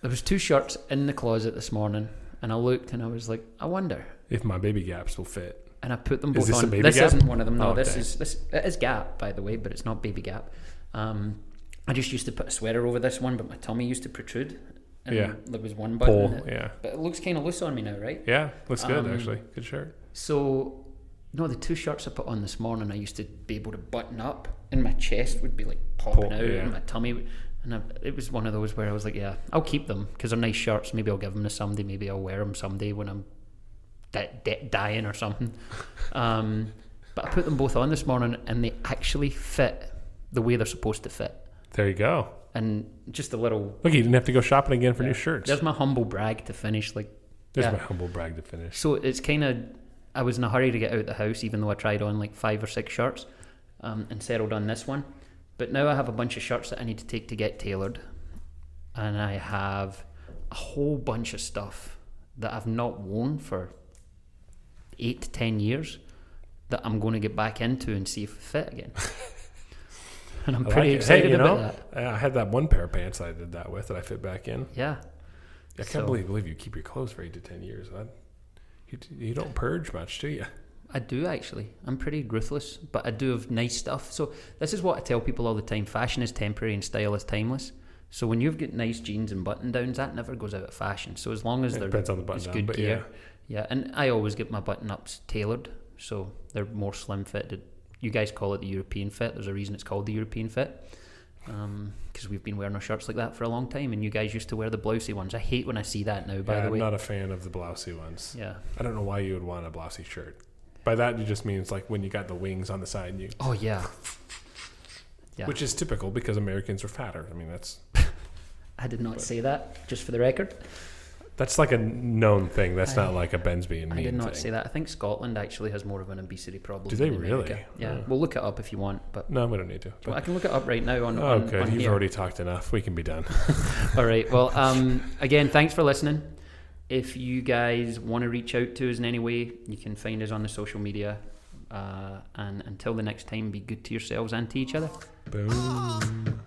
[SPEAKER 2] there was two shirts in the closet this morning, and I looked and I was like, I wonder.
[SPEAKER 1] If my baby gaps will fit.
[SPEAKER 2] And I put them
[SPEAKER 1] Is
[SPEAKER 2] both
[SPEAKER 1] this
[SPEAKER 2] on.
[SPEAKER 1] a Baby
[SPEAKER 2] this
[SPEAKER 1] Gap?
[SPEAKER 2] isn't one of them. No,
[SPEAKER 1] Oh,
[SPEAKER 2] this
[SPEAKER 1] dang.
[SPEAKER 2] is this it is Gap, by the way, but it's not Baby Gap. Um, I just used to put a sweater over this one, but my tummy used to protrude. And
[SPEAKER 1] Yeah.
[SPEAKER 2] There was one button.
[SPEAKER 1] Pull.
[SPEAKER 2] that-
[SPEAKER 1] Yeah.
[SPEAKER 2] but it looks kind of loose on me now, right?
[SPEAKER 1] Yeah. Looks good
[SPEAKER 2] Um,
[SPEAKER 1] actually. Good shirt.
[SPEAKER 2] So, no, the two shirts I put on this morning, I used to be able to button up, and my chest would be like popping
[SPEAKER 1] Pop,
[SPEAKER 2] out,
[SPEAKER 1] yeah.
[SPEAKER 2] and my tummy. would- And I, it was one of those where I was like, yeah, I'll keep them because they're nice shirts. Maybe I'll give them to somebody. Maybe I'll wear them someday when I'm di- di- dying or something. Um, but I put them both on this morning, and they actually fit the way they're supposed to fit.
[SPEAKER 1] There you go.
[SPEAKER 2] And just a little.
[SPEAKER 1] Look, you didn't have to go shopping again for
[SPEAKER 2] Yeah.
[SPEAKER 1] new shirts.
[SPEAKER 2] There's my humble brag to finish. Like
[SPEAKER 1] There's
[SPEAKER 2] yeah.
[SPEAKER 1] my humble brag to finish.
[SPEAKER 2] So it's kind of, I was in a hurry to get out the house, even though I tried on like five or six shirts um, and settled on this one. But now I have a bunch of shirts that I need to take to get tailored. And I have a whole bunch of stuff that I've not worn for eight to 10 years that I'm going to get back into and see if it fit again. and I'm
[SPEAKER 1] I like
[SPEAKER 2] pretty
[SPEAKER 1] it. Hey,
[SPEAKER 2] excited
[SPEAKER 1] you
[SPEAKER 2] about
[SPEAKER 1] know,
[SPEAKER 2] that.
[SPEAKER 1] I had that one pair of pants I did that with that I fit back in.
[SPEAKER 2] Yeah.
[SPEAKER 1] I can't
[SPEAKER 2] So-
[SPEAKER 1] believe believe you keep your clothes for eight to ten years. I, you, you don't purge much, do you?
[SPEAKER 2] I do actually. I'm pretty ruthless, but I do have nice stuff. So this is what I tell people all the time: fashion is temporary and style is timeless. So when you've got nice jeans and button downs, that never goes out of fashion. So as long as
[SPEAKER 1] It
[SPEAKER 2] they're
[SPEAKER 1] depends on the button
[SPEAKER 2] it's
[SPEAKER 1] down,
[SPEAKER 2] good
[SPEAKER 1] but
[SPEAKER 2] gear. yeah, and I always get my button ups tailored, so they're more slim fitted. You guys call it the European fit. There's a reason it's called the European fit. Because we've been wearing our shirts like that for a long time, and you guys used to wear the blousey ones. I hate when I see that now.
[SPEAKER 1] yeah.
[SPEAKER 2] By
[SPEAKER 1] Yeah,
[SPEAKER 2] the
[SPEAKER 1] I'm
[SPEAKER 2] way,
[SPEAKER 1] not a fan of the blousy ones.
[SPEAKER 2] yeah.
[SPEAKER 1] I don't know why you would want a blousy shirt. By that, you just means like when you got the wings on the side, and you,
[SPEAKER 2] Oh yeah. Yeah.
[SPEAKER 1] which is typical because Americans are fatter. I mean, that's
[SPEAKER 2] I did not say that. Just for the record.
[SPEAKER 1] that's like a known thing. That's
[SPEAKER 2] I-
[SPEAKER 1] not like a Bensby and
[SPEAKER 2] I
[SPEAKER 1] me.
[SPEAKER 2] did not
[SPEAKER 1] thing.
[SPEAKER 2] say that. I think Scotland actually has more of an obesity problem.
[SPEAKER 1] Do they
[SPEAKER 2] than America.
[SPEAKER 1] really? Oh.
[SPEAKER 2] Yeah.
[SPEAKER 1] Yeah.
[SPEAKER 2] We'll look it up if you want, but
[SPEAKER 1] No, we don't need to.
[SPEAKER 2] well, I
[SPEAKER 1] But,
[SPEAKER 2] can look it up right now on. on-
[SPEAKER 1] okay,
[SPEAKER 2] on
[SPEAKER 1] you've
[SPEAKER 2] here.
[SPEAKER 1] already talked enough. We can be done.
[SPEAKER 2] All right. Well, um, again, thanks for listening. If you guys want to reach out to us in any way, you can find us on the social media. Uh, and until the next time, be good to yourselves and to each other.
[SPEAKER 1] Boom.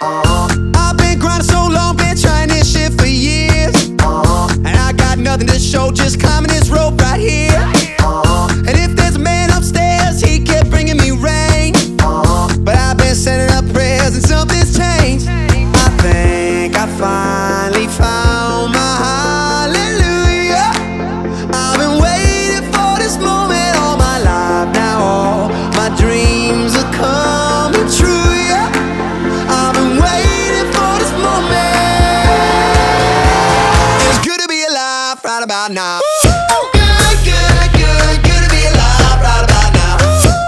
[SPEAKER 3] I've been grinding so long, been trying this shit for years. And I got nothing to show, just climbing this rope right here. And if there's a man upstairs, he kept bringing me rain. But I've been sending up prayers and something's changed. I think I finally found my hallelujah. I've been waiting for this moment all my life. Now all my dreams are coming true, yeah. I've been waiting for this moment. It's good to be alive right about now. Good, good, good, good to be alive right about now. Oh,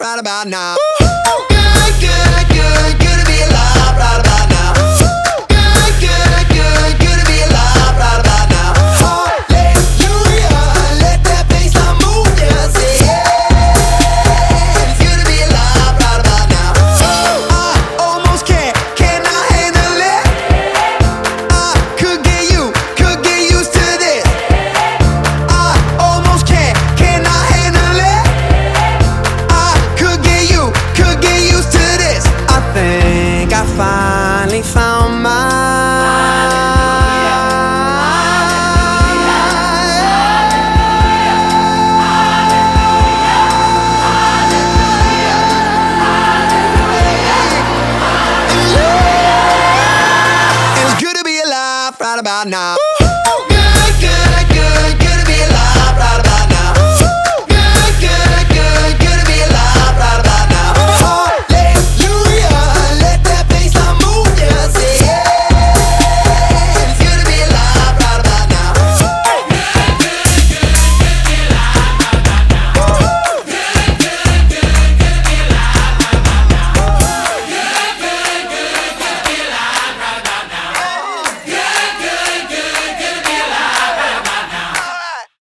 [SPEAKER 3] right about now. Good, good, good, good to be alive right about now. Good, good, good, good to be alive right about now. Hallelujah, let that bass line move ya, say yeah. It's good to be alive right about now. I almost can't, can I handle it? I could get you, could get used to this. I almost can't, can I handle it? I could get you, could get used to this. I think I finally found mine. It's good to be alive right about now.